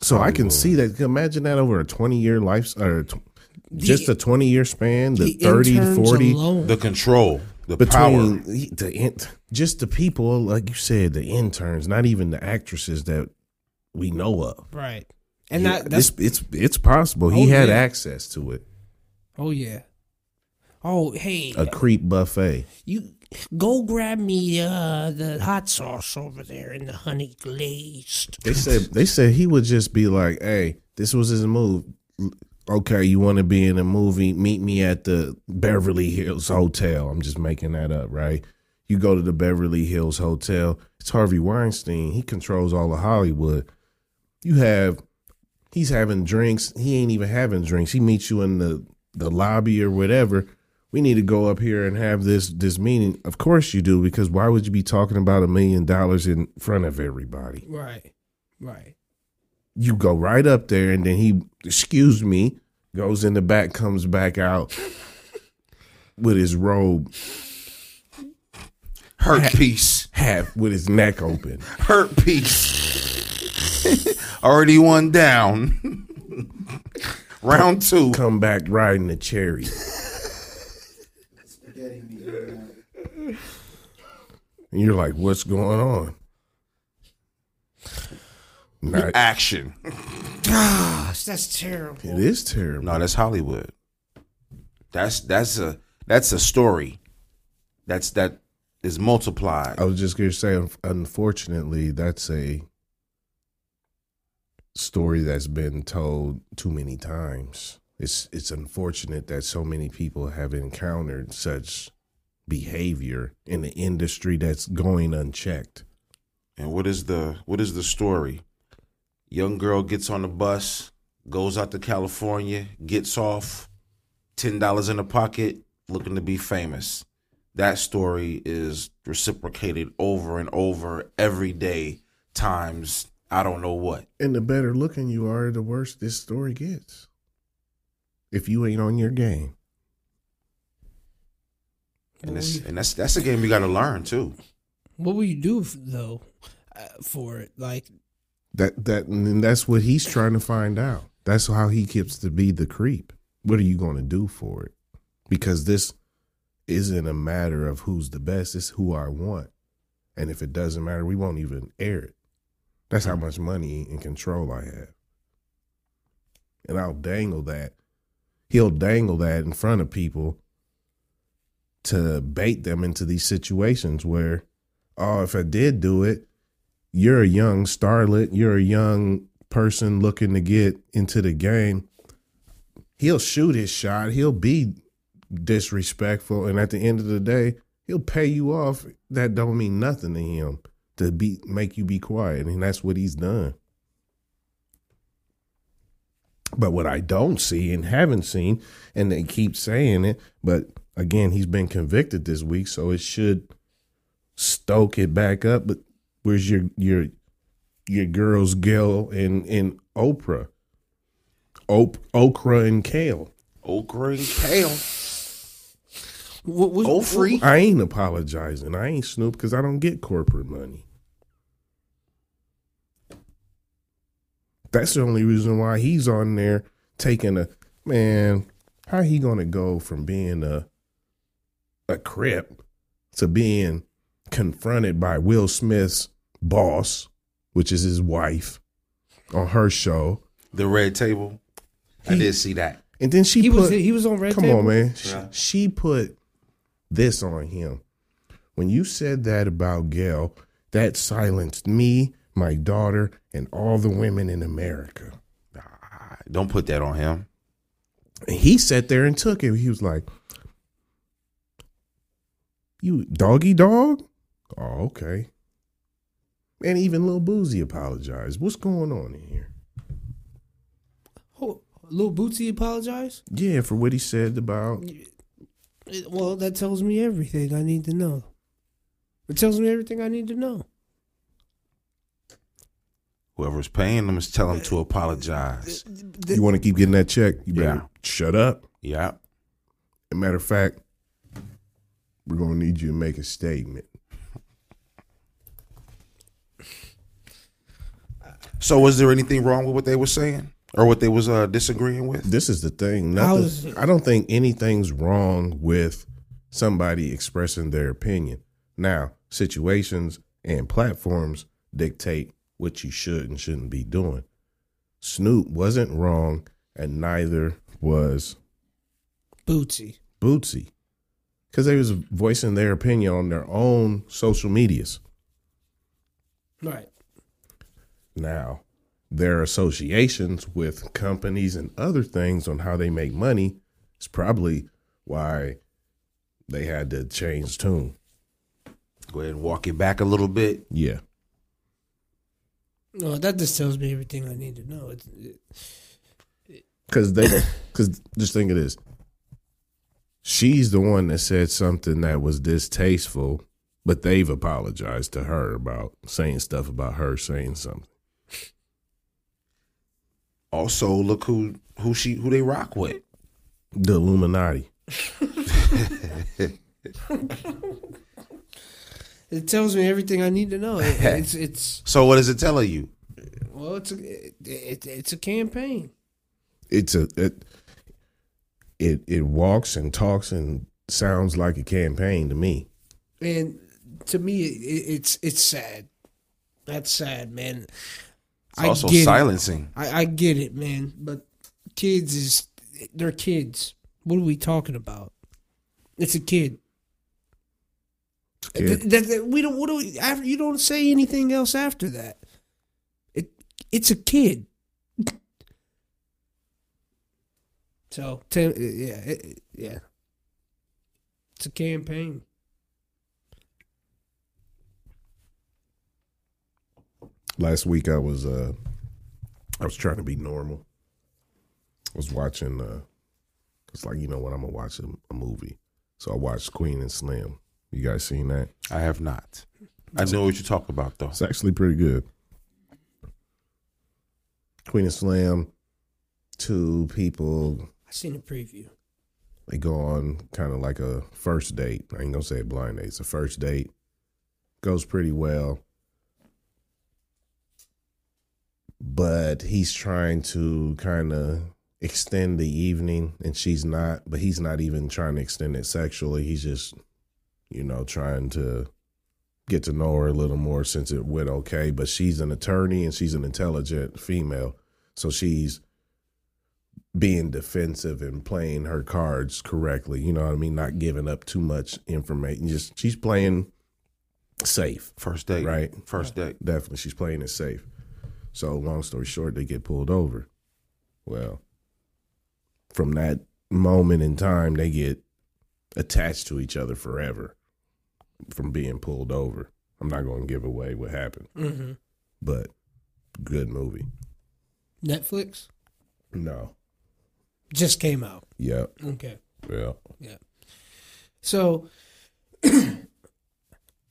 Speaker 1: So I can see that. Imagine that over a 20 year life or tw- just a 20 year span, the,
Speaker 3: The
Speaker 1: 30,
Speaker 3: interns
Speaker 1: 40
Speaker 3: alone.
Speaker 2: The control. The
Speaker 1: between
Speaker 2: power.
Speaker 1: the in, just the people, like you said, the interns, not even the actresses that we know of.
Speaker 3: right, and
Speaker 1: Yeah,
Speaker 3: that, that's
Speaker 1: this- it's, it's possible. He
Speaker 3: Oh,
Speaker 1: had
Speaker 3: yeah.
Speaker 1: access to it.
Speaker 3: oh yeah. Oh hey,
Speaker 1: A creep buffet.
Speaker 3: you go grab me uh, the hot sauce over there and the honey glazed.
Speaker 1: They said they said he would just be like, "Hey, this was his move. Okay, you want to be in a movie? Meet me at the Beverly Hills Hotel. I'm just making that up, right? You go to the Beverly Hills Hotel. It's Harvey Weinstein. He controls all of Hollywood. You have he's having drinks. He ain't even having drinks. He meets you in the the lobby or whatever. We need to go up here and have this this meeting. Of course you do, because why would you be talking about a million dollars in front of everybody?
Speaker 3: Right, right.
Speaker 1: you go right up there and then he excuse me goes in the back comes back out with his robe
Speaker 2: Hurt piece.
Speaker 1: half with his neck open
Speaker 2: Hurt piece. Already one down. Round two.
Speaker 1: come back riding a cherry and you're like, what's going on? Not,
Speaker 2: Action.
Speaker 3: Gosh, that's terrible.
Speaker 1: it is terrible.
Speaker 2: No, that's Hollywood. That's that's a that's a story. That's that is multiplied.
Speaker 1: I was just going to say, un- unfortunately, that's a story that's been told too many times. It's it's unfortunate that so many people have encountered such behavior in the industry that's going unchecked.
Speaker 2: And what is the what is the story? Young girl gets on the bus, goes out to California, gets off, ten dollars in her pocket, looking to be famous. That story is reciprocated over and over every day, times I don't know what.
Speaker 1: And the better looking you are, the worse this story gets. If you ain't on your game,
Speaker 2: And that's and that's that's a game you got to learn too.
Speaker 3: What will you do f- though uh, for it? Like,
Speaker 1: that that and that's what he's trying to find out. That's how he gets to be the creep. What are you going to do for it? Because this isn't a matter of who's the best. It's who I want. And if it doesn't matter, we won't even air it. That's how much money and control I have. And I'll dangle that. He'll dangle that in front of people to bait them into these situations where, oh, if I did do it, you're a young starlet, you're a young person looking to get into the game. He'll shoot his shot, he'll be disrespectful, and at the end of the day, he'll pay you off. That don't mean nothing to him to be make you be quiet, and that's what he's done. But what I don't see and haven't seen, and they keep saying it, but again, he's been convicted this week, so it should stoke it back up. But where's your your your girls, Gil and and Oprah, Op, okra and kale?
Speaker 2: Okra and kale,
Speaker 3: what, what,
Speaker 2: go free.
Speaker 1: I ain't apologizing. I ain't Snoop because I don't get corporate money. That's the only reason why he's on there taking a man. How he gonna go from being a a crip to being confronted by Will Smith's boss, which is his wife, on her show,
Speaker 2: The red table. I did see that.
Speaker 1: and then she
Speaker 3: he
Speaker 1: put
Speaker 3: was he was on red.
Speaker 1: Come
Speaker 3: Table?
Speaker 1: on, man. She,
Speaker 2: Yeah.
Speaker 1: she put this on him. When you said that about Gail, that silenced me, my daughter, and all the women in America.
Speaker 2: Don't put that on him.
Speaker 1: And he sat there and took it. He was like, You doggy dog? Oh, okay. And even Lil Boozy apologized. What's going on in here?
Speaker 3: Oh, Lil Bootsy apologized.
Speaker 1: Yeah, for what he said about
Speaker 3: It- well, that tells me everything I need to know. It tells me everything I need to know.
Speaker 2: Whoever's paying them is telling them to apologize.
Speaker 1: you want to keep getting that check. You better
Speaker 2: Yeah.
Speaker 1: shut up.
Speaker 2: Yeah.
Speaker 1: a matter of fact, we're gonna need you to make a statement.
Speaker 2: So was there anything wrong with what they were saying or what they was uh, disagreeing with?
Speaker 1: This is the thing.
Speaker 3: I
Speaker 1: Nothing, I,
Speaker 3: was-
Speaker 1: don't think anything's wrong with somebody expressing their opinion. Now, situations and platforms dictate what you should and shouldn't be doing. Snoop wasn't wrong, and neither was
Speaker 3: Bootsy.
Speaker 1: Bootsy, because they was voicing their opinion on their own social medias.
Speaker 3: Right.
Speaker 1: now their associations with companies and other things on how they make money is probably why they had to change tune.
Speaker 2: Go ahead and walk it back a little bit.
Speaker 1: Yeah.
Speaker 3: No, that just tells me everything I need to know. It, it,
Speaker 1: Cause they <coughs> cause just think of this. She's the one that said something that was distasteful, but they've apologized to her about saying stuff about her saying something.
Speaker 2: Also, look who who she who they rock with.
Speaker 1: The Illuminati.
Speaker 3: it tells me everything I need to know. It-
Speaker 5: <laughs>
Speaker 3: it's it's
Speaker 2: So what is it telling you?
Speaker 3: well, it's a, it, it, it's a campaign.
Speaker 1: it's a it it it walks and talks and sounds like a campaign to me.
Speaker 3: And to me, it, it's it's sad. That's sad, man.
Speaker 5: It's also
Speaker 3: get it.
Speaker 5: silencing.
Speaker 3: I, I get it, man. But kids is they're kids. What are we talking about? It's a kid.
Speaker 1: kid.
Speaker 3: Th- that- that- we don't. What do we? After, you don't say anything else after that. It it's a kid. <laughs> So Tim, yeah, it, it- yeah. It's a campaign.
Speaker 1: last week I was uh I was trying to be normal. I was watching uh it's like you know what I'm gonna watch a, a movie. So I watched Queen and Slim. You guys seen that?
Speaker 5: I have not. I know what you talk about though.
Speaker 1: It's actually pretty good. Queen and Slam, two people
Speaker 3: I seen a preview.
Speaker 1: they go on kind of like a first date. I ain't gonna say a blind date. It's a first date. Goes pretty well. But he's trying to kind of extend the evening and she's not, but he's not even trying to extend it sexually. He's just, you know, trying to get to know her a little more since it went okay. But she's an attorney and she's an intelligent female. So she's being defensive and playing her cards correctly. You know what I mean? Not giving up too much information. Just she's playing safe.
Speaker 5: First date,
Speaker 1: Right.
Speaker 5: First date.
Speaker 1: Definitely, she's playing it safe. So long story short, they get pulled over. Well, from that moment in time, they get attached to each other forever from being pulled over. I'm not going to give away what happened,
Speaker 3: Mm-hmm.
Speaker 1: but good movie.
Speaker 3: Netflix
Speaker 1: No.
Speaker 3: just came out.
Speaker 1: Yeah.
Speaker 3: Okay.
Speaker 1: Yeah.
Speaker 3: So <clears throat>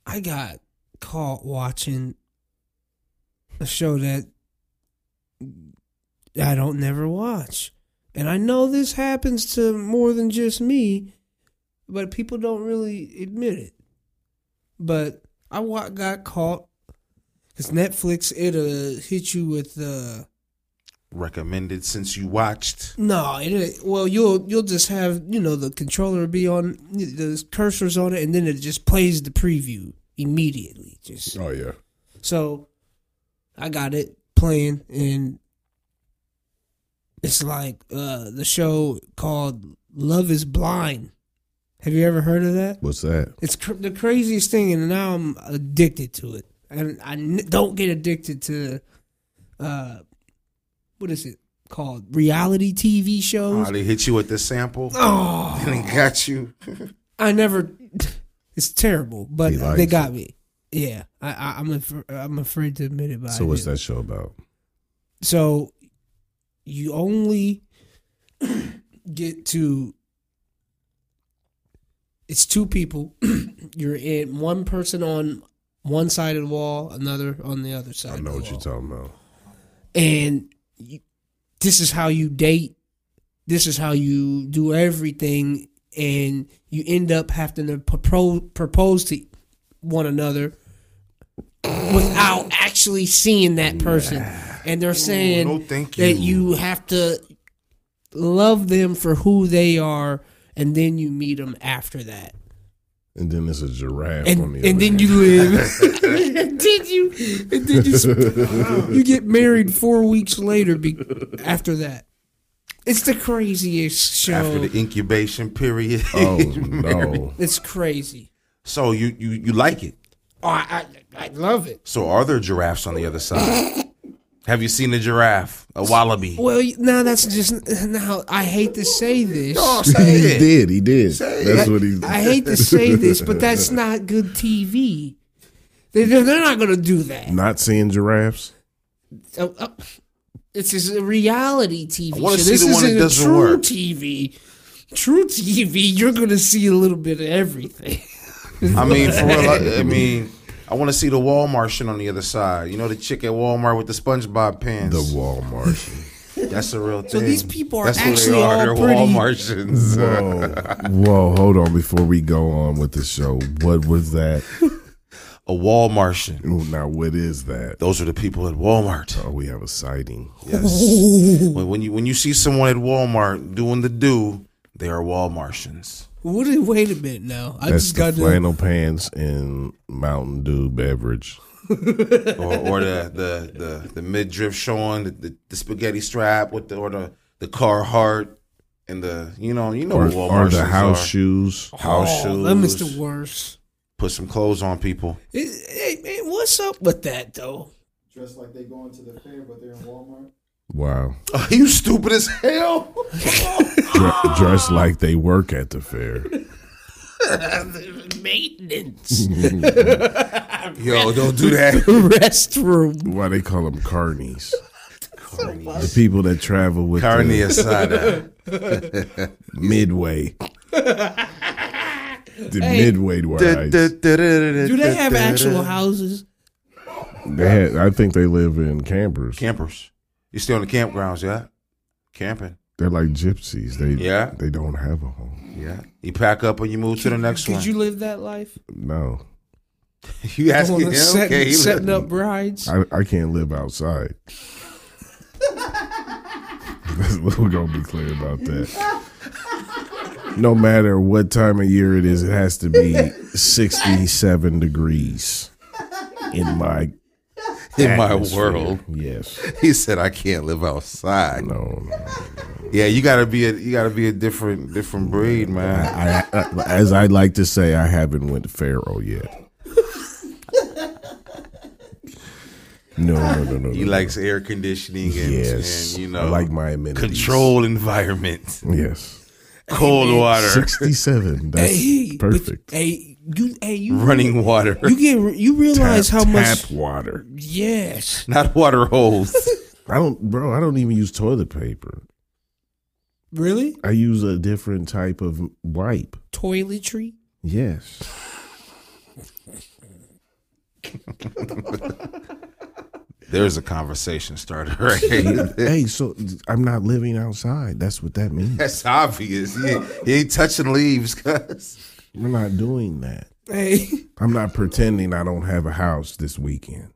Speaker 3: I got caught watching a show that I don't never watch. And I know this happens to more than just me, but people don't really admit it. But I wa- got caught because Netflix, it'll hit you with Uh,
Speaker 5: Recommended since you watched.
Speaker 3: no, it ain't. well you'll you'll just have you know the controller be on the cursors on it, and then it just plays the preview immediately. Just
Speaker 1: Oh yeah.
Speaker 3: so I got it playing, and it's like uh, the show called Love Is Blind. Have you ever heard of that?
Speaker 1: What's that?
Speaker 3: It's cr- the craziest thing, and now I'm addicted to it. And I n- don't get addicted to, uh, what is it called? Reality TV shows.
Speaker 5: Oh, they hit you with the sample
Speaker 2: <laughs>
Speaker 3: Oh,
Speaker 5: and got you.
Speaker 3: I never. It's terrible, but
Speaker 1: He likes
Speaker 3: they got me. Yeah, I, I, I'm af- I'm afraid to admit it. But
Speaker 1: So
Speaker 3: I
Speaker 1: what's
Speaker 3: do.
Speaker 1: that show about?
Speaker 3: So you only <clears throat> get to it's two people. <clears throat> you're in one person on one side of the wall, another on the other side.
Speaker 1: I know
Speaker 3: of the
Speaker 1: what you're
Speaker 3: wall.
Speaker 1: talking about.
Speaker 3: And you, this is how you date. This is how you do everything, and you end up having to propose propose to one another without actually seeing that person. And they're saying
Speaker 5: no, thank
Speaker 3: that
Speaker 5: you.
Speaker 3: you have to love them for who they are, and then you meet them after that
Speaker 1: And then there's a giraffe on
Speaker 3: and,
Speaker 1: the
Speaker 3: and
Speaker 1: other
Speaker 3: then you
Speaker 5: <laughs>
Speaker 3: live. <laughs> and then you and then you sp- you get married four weeks later be, after that. It's the craziest show.
Speaker 5: After the incubation period.
Speaker 3: <laughs>
Speaker 1: Oh no.
Speaker 3: it's crazy.
Speaker 5: <laughs> So you, you you like it.
Speaker 3: Oh, I, I I love it.
Speaker 5: So are there giraffes on the other side? Have you seen a giraffe? A wallaby?
Speaker 3: Well, you- now that's just now. I hate to say this.
Speaker 5: Oh,
Speaker 1: <laughs> he
Speaker 5: say <laughs> it.
Speaker 1: did. He did. That's what he.
Speaker 3: I hate to say this, but that's not good TV. They, they're they're not going to do that.
Speaker 1: Not seeing giraffes.
Speaker 3: Oh, oh. It's just a reality TV
Speaker 5: I
Speaker 3: show.
Speaker 5: wanna
Speaker 3: This
Speaker 5: see the one that
Speaker 3: isn't a
Speaker 5: doesn't
Speaker 3: true
Speaker 5: work.
Speaker 3: TV. True TV, you're gonna see a little bit of everything. <laughs>
Speaker 5: I mean, for real. I, I mean, I want to see the Walmart shit on the other side. You know, the chick at Walmart with the SpongeBob
Speaker 1: The
Speaker 5: pants.
Speaker 3: <laughs>
Speaker 1: Walmart.
Speaker 5: That's a real thing.
Speaker 3: So these people are
Speaker 5: That's who they
Speaker 3: actually
Speaker 5: are. They're
Speaker 3: all pretty.
Speaker 5: Walmartians.
Speaker 1: Whoa, whoa! Hold on before we go on with the show. What was that?
Speaker 5: A Walmartian.
Speaker 1: Ooh, Now what is that?
Speaker 5: Those are the people at Walmart.
Speaker 1: Oh, we have a sighting.
Speaker 5: Yes. when, when you when you see someone at Walmart doing the do, they are Walmartians.
Speaker 3: What? Is, wait a minute now. I
Speaker 1: That's
Speaker 3: just
Speaker 1: the
Speaker 3: got
Speaker 1: flannel pants and Mountain Dew beverage.
Speaker 2: or, or the the the, the midriff showing the, the, the spaghetti strap with the or the the Carhartt and the you know you know
Speaker 1: Or,
Speaker 2: what Wal
Speaker 1: or the
Speaker 2: Martians
Speaker 1: house
Speaker 2: are.
Speaker 1: shoes.
Speaker 2: house
Speaker 3: oh, That was
Speaker 2: shoes.
Speaker 3: the worst.
Speaker 2: Put some clothes on people. <laughs>
Speaker 3: It, it, it- what's up with that though?
Speaker 4: Dressed like they going to the fair, but they're in Walmart.
Speaker 1: Wow.
Speaker 2: Are you stupid as
Speaker 3: <laughs>
Speaker 2: hell?
Speaker 1: Dre- dressed like they work at the fair.
Speaker 3: Maintenance,
Speaker 2: Yo, don't do
Speaker 3: <laughs>
Speaker 2: that.
Speaker 3: restroom.
Speaker 1: Why they call them carnies? The people that travel with
Speaker 2: Carne
Speaker 1: the
Speaker 2: asada.
Speaker 1: midway. the
Speaker 3: Hey.
Speaker 1: midway rides.
Speaker 2: Do
Speaker 3: Do they
Speaker 2: <laughs>
Speaker 3: have actual houses?
Speaker 1: They had, I think they live in campers.
Speaker 2: campers? You stay on the campgrounds, yeah? Camping,
Speaker 1: They're like gypsies. They
Speaker 2: Yeah.
Speaker 1: they don't have a home.
Speaker 2: yeah. You pack up and you move to the next one.
Speaker 3: Did you live that life?
Speaker 1: No,
Speaker 2: <laughs> you asking
Speaker 3: Going
Speaker 2: him?
Speaker 3: to set-
Speaker 2: okay, he
Speaker 3: setting
Speaker 2: look-
Speaker 3: up brides.
Speaker 1: I, I can't live outside. <laughs> We're gonna be clear about that. No matter what time of year it is, it has to be sixty-seven degrees in my
Speaker 2: <laughs> in my
Speaker 1: atmosphere.
Speaker 2: world.
Speaker 1: Yes,
Speaker 2: <laughs> He said, "I can't live outside."
Speaker 1: no, no.
Speaker 2: Yeah, you gotta be a you gotta be a different different breed, man.
Speaker 1: I, I, as I like to say, I haven't went to Pharaoh yet. No, no, no, no.
Speaker 2: He
Speaker 1: no.
Speaker 2: likes air conditioning and,
Speaker 1: yes,
Speaker 2: and you
Speaker 1: I
Speaker 2: know
Speaker 1: like my amenities. <laughs>
Speaker 2: controlled environment,
Speaker 1: Yes,
Speaker 2: cold water,
Speaker 1: sixty-seven. That's
Speaker 3: Hey, but-
Speaker 1: perfect.
Speaker 3: hey, you. Hey, you.
Speaker 2: running water,
Speaker 3: You get. You realize how
Speaker 1: tap
Speaker 3: much.
Speaker 1: tap water.
Speaker 3: Yes.
Speaker 2: <laughs> not water
Speaker 1: <laughs>
Speaker 2: holes.
Speaker 1: I don't, bro. I don't even use toilet paper.
Speaker 3: Really?
Speaker 1: I use a different type of wipe.
Speaker 3: Toiletry.
Speaker 1: Yes.
Speaker 2: <laughs> There's a conversation starter <laughs> right here.
Speaker 1: hey, so I'm not living outside. That's what that means.
Speaker 2: That's obvious. He, he ain't touching leaves, <laughs> cuz.
Speaker 1: We're not doing that.
Speaker 3: Hey. <laughs>
Speaker 1: I'm not pretending I don't have a house this weekend.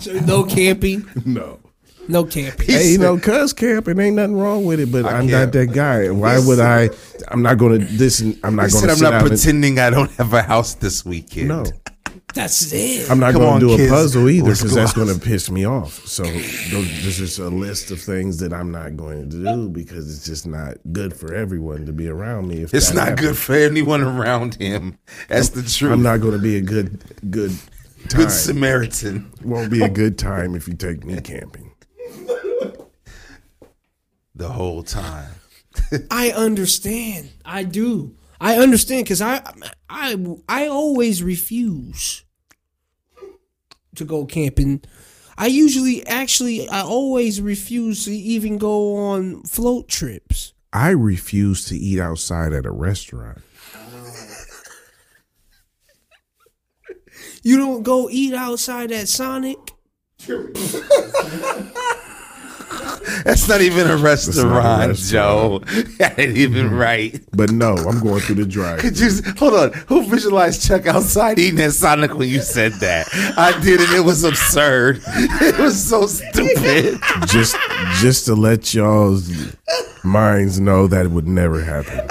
Speaker 3: So no camping.
Speaker 1: No.
Speaker 3: No camping.
Speaker 1: Hey, you know, cuz camping ain't nothing wrong with it, but I am not
Speaker 2: can't.
Speaker 1: that guy. Why would I? I'm not gonna this. and- I'm
Speaker 2: I
Speaker 1: not
Speaker 2: said
Speaker 1: gonna.
Speaker 2: I'm
Speaker 1: sit
Speaker 2: not
Speaker 1: out and-
Speaker 2: pretending I don't have a house this weekend.
Speaker 1: No,
Speaker 3: That's it.
Speaker 1: I'm not
Speaker 2: Come
Speaker 1: gonna
Speaker 2: on,
Speaker 1: do
Speaker 2: kids.
Speaker 1: a puzzle either
Speaker 2: Let's
Speaker 1: because
Speaker 2: go
Speaker 1: that's
Speaker 2: out.
Speaker 1: gonna piss me off. So those, this is a list of things that I'm not going to do because it's just not good for everyone to be around me. If
Speaker 2: It's
Speaker 1: that
Speaker 2: not
Speaker 1: happens.
Speaker 2: good for anyone around him. That's the truth.
Speaker 1: I'm not gonna be a good good time.
Speaker 2: good Samaritan.
Speaker 1: Won't be a good time if you take me camping.
Speaker 2: the whole time.
Speaker 3: I understand. I do. I understand because I, I, I always refuse to go camping. I usually, actually, I always refuse to even go on float trips.
Speaker 1: I refuse to eat outside at a restaurant.
Speaker 3: You don't go eat outside at Sonic.
Speaker 2: That's not even a
Speaker 1: not a
Speaker 2: restaurant,
Speaker 1: restaurant. Mm-hmm.
Speaker 2: Joe. <laughs> That ain't even right.
Speaker 1: But no, I'm going through the drive.
Speaker 2: Could you hold on? Who visualized Chuck outside eating at Sonic when you said that? I did, and it was absurd. <laughs> It was
Speaker 1: <laughs>
Speaker 2: so stupid.
Speaker 1: just just to let y'all's minds know that it would never happen.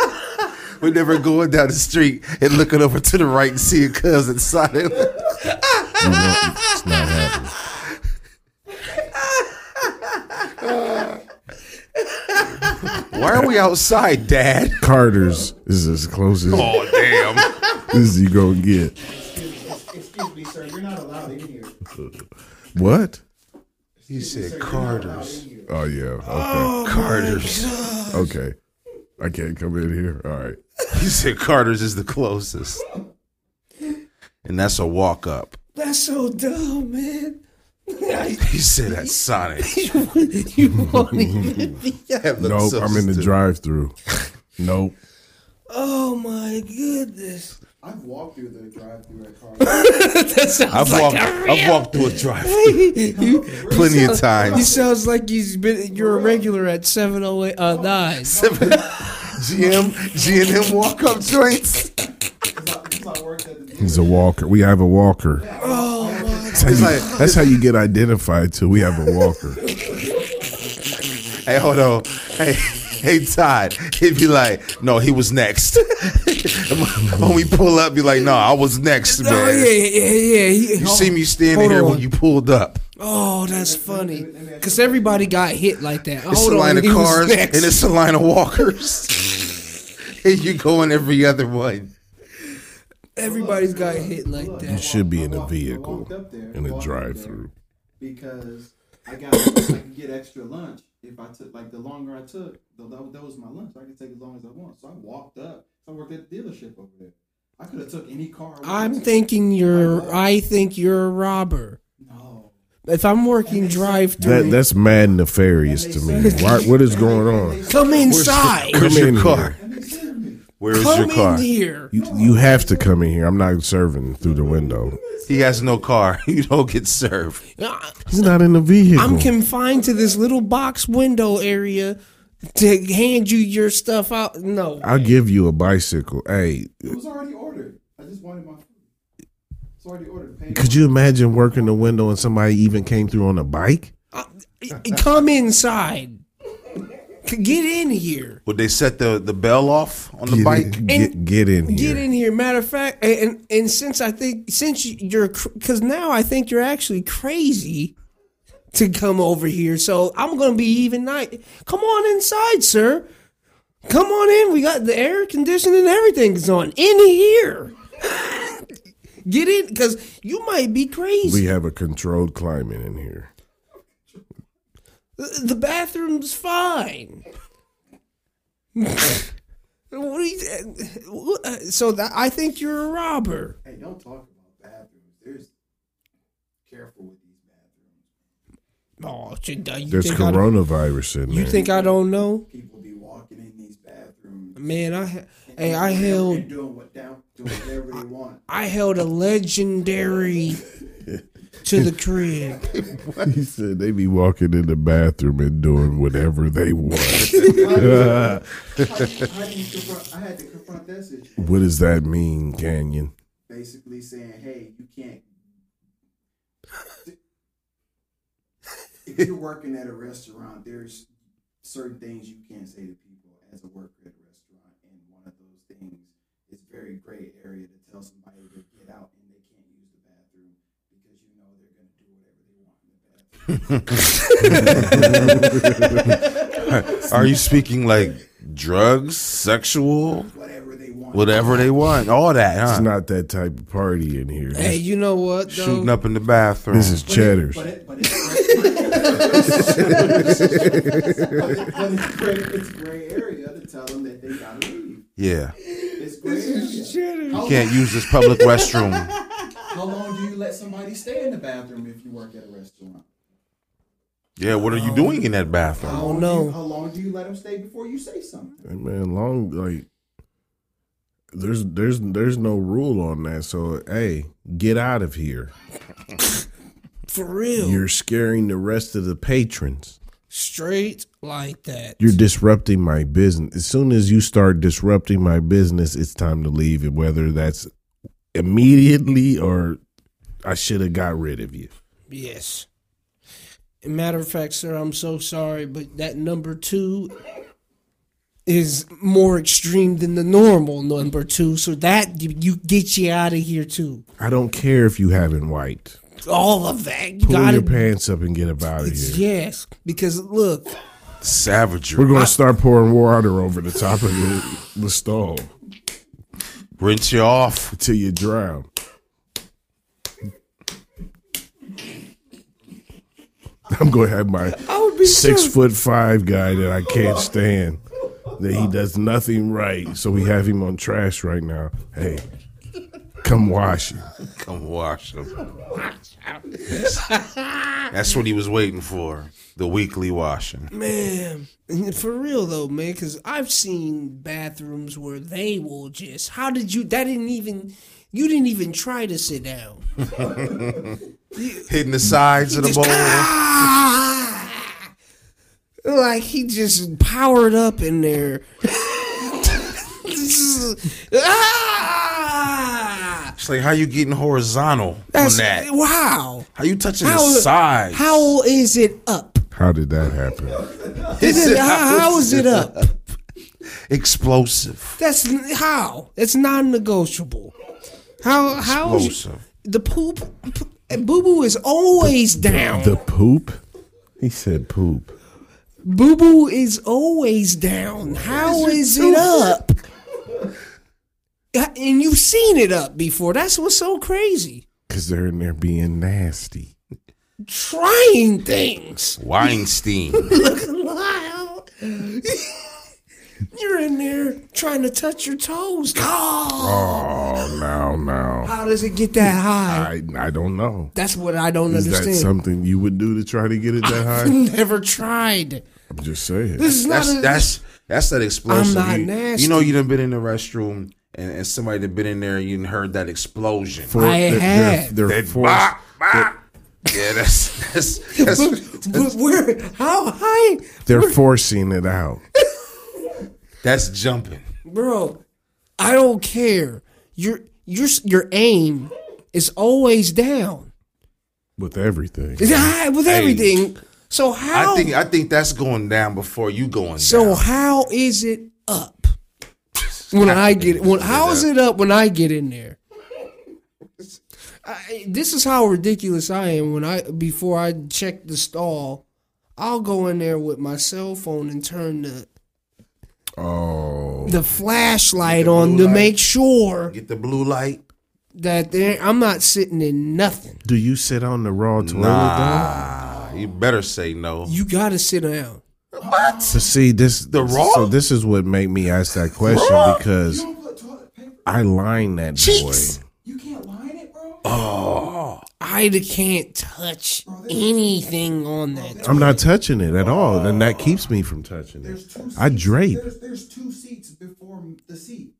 Speaker 2: We're never going down the street and looking over to the right and seeing cousin Sonic.
Speaker 1: It's not happening.
Speaker 2: Why are we outside, Dad?
Speaker 1: Carter's is as close as,
Speaker 2: Oh damn!
Speaker 1: as you gonna get.
Speaker 4: Excuse me, sir. You're not allowed in here.
Speaker 1: What?
Speaker 2: He said Carter's.
Speaker 1: Oh yeah. Okay.
Speaker 2: Carter's.
Speaker 1: okay. I can't come in here. All right.
Speaker 2: He said Carter's is the closest, and that's a walk up.
Speaker 3: That's so dumb, man. <laughs>
Speaker 2: He said at Sonic.
Speaker 3: you won't
Speaker 2: <laughs>
Speaker 3: even be.
Speaker 1: Nope. I'm in the drive-through. Nope.
Speaker 3: Oh my <laughs> goodness.
Speaker 4: I've walked through the drive-through at Carl.
Speaker 3: That sounds
Speaker 2: I've
Speaker 3: like
Speaker 2: walked.
Speaker 3: a
Speaker 2: I've walked through a
Speaker 3: <laughs>
Speaker 2: drive
Speaker 3: You-
Speaker 2: plenty of
Speaker 3: He
Speaker 2: times.
Speaker 3: sounds like he's been you're a regular at seven oh eight uh nine.
Speaker 2: GM, G and M walk up joints.
Speaker 4: Since I worked at the
Speaker 1: He's a walker. We have a walker. Oh that's how, you, that's how you get identified. Till we have a walker.
Speaker 2: Hey, hold on. Hey,
Speaker 5: hey Todd, he'd be like, no, he was next. <laughs> when we pull up, be like, no, I was next, man.
Speaker 3: Oh yeah, yeah, yeah. He-
Speaker 5: You
Speaker 3: oh,
Speaker 5: see me standing
Speaker 3: hold
Speaker 5: here
Speaker 3: on.
Speaker 5: when you pulled up.
Speaker 3: Oh, that's funny. Cause everybody got hit like that.
Speaker 5: It's
Speaker 3: Hold
Speaker 5: a line
Speaker 3: on,
Speaker 5: of
Speaker 3: he was
Speaker 5: cars
Speaker 3: next.
Speaker 5: and it's a line of walkers. <laughs> and you go in every other one.
Speaker 3: everybody's got hit like
Speaker 1: You
Speaker 3: that.
Speaker 1: should be in
Speaker 4: I
Speaker 1: a
Speaker 4: walked- I walked
Speaker 1: vehicle
Speaker 4: up there,
Speaker 1: in a
Speaker 4: walked up there
Speaker 1: drive-through.
Speaker 4: because I got I could get extra lunch if I took like the longer I took, the, that, that was my lunch. I could take as long as I want. So I walked up. I worked at the dealership over there. I could have took any car. I
Speaker 3: I'm
Speaker 4: wanted.
Speaker 3: thinking you're. I think you're a robber.
Speaker 4: No.
Speaker 3: If I'm working drive
Speaker 1: That
Speaker 3: through,
Speaker 1: that's mad nefarious to me. Why, what is going on?
Speaker 3: come inside.
Speaker 1: Come in
Speaker 5: your car?
Speaker 1: here.
Speaker 4: And they sent me.
Speaker 5: Where is
Speaker 3: Come
Speaker 5: your car?
Speaker 3: in here.
Speaker 1: You, you have to come in here. I'm not serving through the window.
Speaker 5: He has no car. <laughs> You don't get served.
Speaker 3: I-
Speaker 1: He's not in the vehicle.
Speaker 3: I'm confined to this little box window area to hand you your stuff out. No,
Speaker 1: I'll give you a bicycle. Hey,
Speaker 4: It was already ordered. I just wanted my food. It's already ordered. Paid
Speaker 1: could you imagine working the window and somebody even came through on a bike?
Speaker 3: <laughs> come inside. Get in here.
Speaker 5: Would they set the, the bell off on the bike?
Speaker 1: Get, get in
Speaker 3: Get
Speaker 1: here.
Speaker 3: in here. Matter of fact, and and, and since I think since you're because now I think you're actually crazy to come over here. So I'm gonna be even night. Come on inside, sir. Come on in. We got the air conditioning. Everything's on in here. <laughs> Get in, because you might be crazy.
Speaker 1: We have a controlled climate in here.
Speaker 3: The bathroom's fine. What do you- what- uh, so that I think you're a robber.
Speaker 4: Hey, don't talk about bathrooms. There's careful with these bathrooms.
Speaker 3: Oh, shit, uh, you
Speaker 1: There's
Speaker 3: think I-
Speaker 1: coronavirus in
Speaker 3: you
Speaker 1: there.
Speaker 3: think I don't know,
Speaker 4: People be walking in these bathrooms.
Speaker 3: man? I ha- hey, I
Speaker 4: Whatever
Speaker 3: held
Speaker 4: they're doing what down doing whatever they want.
Speaker 3: I held a legendary to the
Speaker 1: <laughs>
Speaker 3: crib.
Speaker 1: <laughs> He said they be walking in the bathroom and doing whatever they
Speaker 3: <laughs>
Speaker 1: want. <laughs>
Speaker 4: How do you- how do you confront- I had to confront that situation.
Speaker 1: what does that mean, Canyon?
Speaker 4: Basically saying, hey, you can't. If you're working at a restaurant, there's certain things you can't say to people as a worker at a restaurant. And one of those things is very gray area to tell somebody to get out and they can't use the bathroom because you know they're going to do whatever they want in the
Speaker 5: <laughs>
Speaker 4: bathroom.
Speaker 5: Are you speaking like drugs, sexual,
Speaker 4: Whatever they want.
Speaker 5: whatever they want, all that,
Speaker 1: It's
Speaker 5: huh?
Speaker 1: not that type of party in here.
Speaker 3: Ah. Hey, you know what? Though?
Speaker 5: Shooting up in the bathroom.
Speaker 1: This is Cheddar's.
Speaker 4: But it, <laughs> but it's gray. but it's gray. It's gray area to tell them that they gotta leave.
Speaker 5: yeah,
Speaker 4: It's gray area.
Speaker 3: Cheddar.
Speaker 4: How,
Speaker 5: can't use this public restroom.
Speaker 3: <laughs>
Speaker 4: how long do you let somebody stay in the bathroom if you work at a restaurant?
Speaker 5: Yeah, what are you doing in that
Speaker 4: How
Speaker 5: bathroom?
Speaker 3: don't
Speaker 4: long Do
Speaker 3: know.
Speaker 4: you, how long do you let them stay before you say something?
Speaker 1: Hey, man, long like there's there's there's no rule on that. So hey, get out of here.
Speaker 3: for real,
Speaker 1: You're scaring the rest of the patrons.
Speaker 3: straight like that.
Speaker 1: You're disrupting my business. As soon as you start disrupting my business, it's time to leave. And whether that's immediately or I should have got rid of you.
Speaker 3: Yes. Matter of fact, sir, I'm so sorry, but that number two is more extreme than the normal number two. So that you, you get you out of here too.
Speaker 1: I don't care if you haven't wiped.
Speaker 3: All of that you
Speaker 1: Pull your
Speaker 3: got
Speaker 1: pants up and get up out of here.
Speaker 3: Yes, because look,
Speaker 1: We're
Speaker 5: Savagery.
Speaker 1: going to start pouring water over the top of the, the stall
Speaker 5: Rinse you off.
Speaker 1: until you drown. I'm going to have my
Speaker 3: I would be
Speaker 1: six
Speaker 3: sure-
Speaker 1: foot five guy that I can't stand, that he does nothing right. So we have him on trash right now. Hey, come wash it.
Speaker 5: Come wash them. That's what he was waiting for. The weekly washing.
Speaker 3: Man, for real though, man, because I've seen bathrooms where they will just. How did you? That didn't even. You didn't even try to sit down.
Speaker 5: Hitting the sides of the bowl.
Speaker 3: Ah! like he just powered up in there. ah!
Speaker 5: It's like how you getting horizontal on
Speaker 3: That's
Speaker 5: that?
Speaker 3: wow.
Speaker 5: How you touching
Speaker 3: How-
Speaker 5: the sides? <laughs>
Speaker 3: How is it up?
Speaker 1: How did that happen?
Speaker 5: It's
Speaker 3: how, how is it up?
Speaker 5: explosive.
Speaker 3: That's n- how. It's non-negotiable. How how is-
Speaker 5: Explosive.
Speaker 3: the poop? Boo Boo is always down.
Speaker 1: The poop? He said poop.
Speaker 3: Boo Boo is always down. How is it up? And you've seen it up before. That's what's so crazy.
Speaker 1: Because they're in there being nasty.
Speaker 3: Trying things. <laughs>
Speaker 5: Weinstein.
Speaker 3: Look wild. <laughs> You're in there trying to touch your toes. Oh,
Speaker 1: Oh, no, no.
Speaker 3: how does it get that high?
Speaker 1: I, I don't know.
Speaker 3: That's what I don't
Speaker 1: Is that
Speaker 3: understand.
Speaker 1: something you would do to try to get it that
Speaker 3: <laughs>
Speaker 1: high?
Speaker 3: I've never tried.
Speaker 1: I'm just saying.
Speaker 3: This is not
Speaker 5: That's
Speaker 3: a,
Speaker 5: that's that's that explosive.
Speaker 3: I'm not
Speaker 5: you,
Speaker 3: nasty.
Speaker 5: you know you done been in the restroom and, and somebody done been in there and you done heard that explosion.
Speaker 1: For-
Speaker 3: I
Speaker 1: they're-
Speaker 3: have.
Speaker 1: They're, they're forced-
Speaker 5: Bah, bah. Yeah, that's that's, that's
Speaker 3: <laughs> But where? How high,
Speaker 1: they're forcing it out.
Speaker 5: that's jumping.
Speaker 3: bro? I don't care. Your your your aim is always down.
Speaker 1: with everything.
Speaker 3: It's high with everything. So how?
Speaker 5: I think I think that's going down before you going
Speaker 3: so
Speaker 5: down.
Speaker 3: how is it up? When I get when how is it up when I get in there? I, this is how ridiculous I am. When I before I check the stall, I'll go in there with my cell phone and turn the
Speaker 1: Oh,
Speaker 3: the flashlight on to make sure
Speaker 5: Get the blue light.
Speaker 3: that there I'm not sitting in nothing.
Speaker 1: do you sit on the raw toilet?
Speaker 5: Nah, Uh, you better say no.
Speaker 3: You gotta sit down.
Speaker 1: though? So see this
Speaker 5: The raw?
Speaker 1: So this is what made me ask that question because
Speaker 4: You don't put toilet paper.
Speaker 1: I line that
Speaker 3: Cheeks.
Speaker 1: boy.
Speaker 4: You can't line it, bro.
Speaker 3: I d- can't touch anything on that.
Speaker 1: I'm not touching it at all, and that keeps me from touching
Speaker 4: There's two.
Speaker 1: it. I
Speaker 4: seats.
Speaker 1: drape,
Speaker 4: There's, there's two seats before the seat.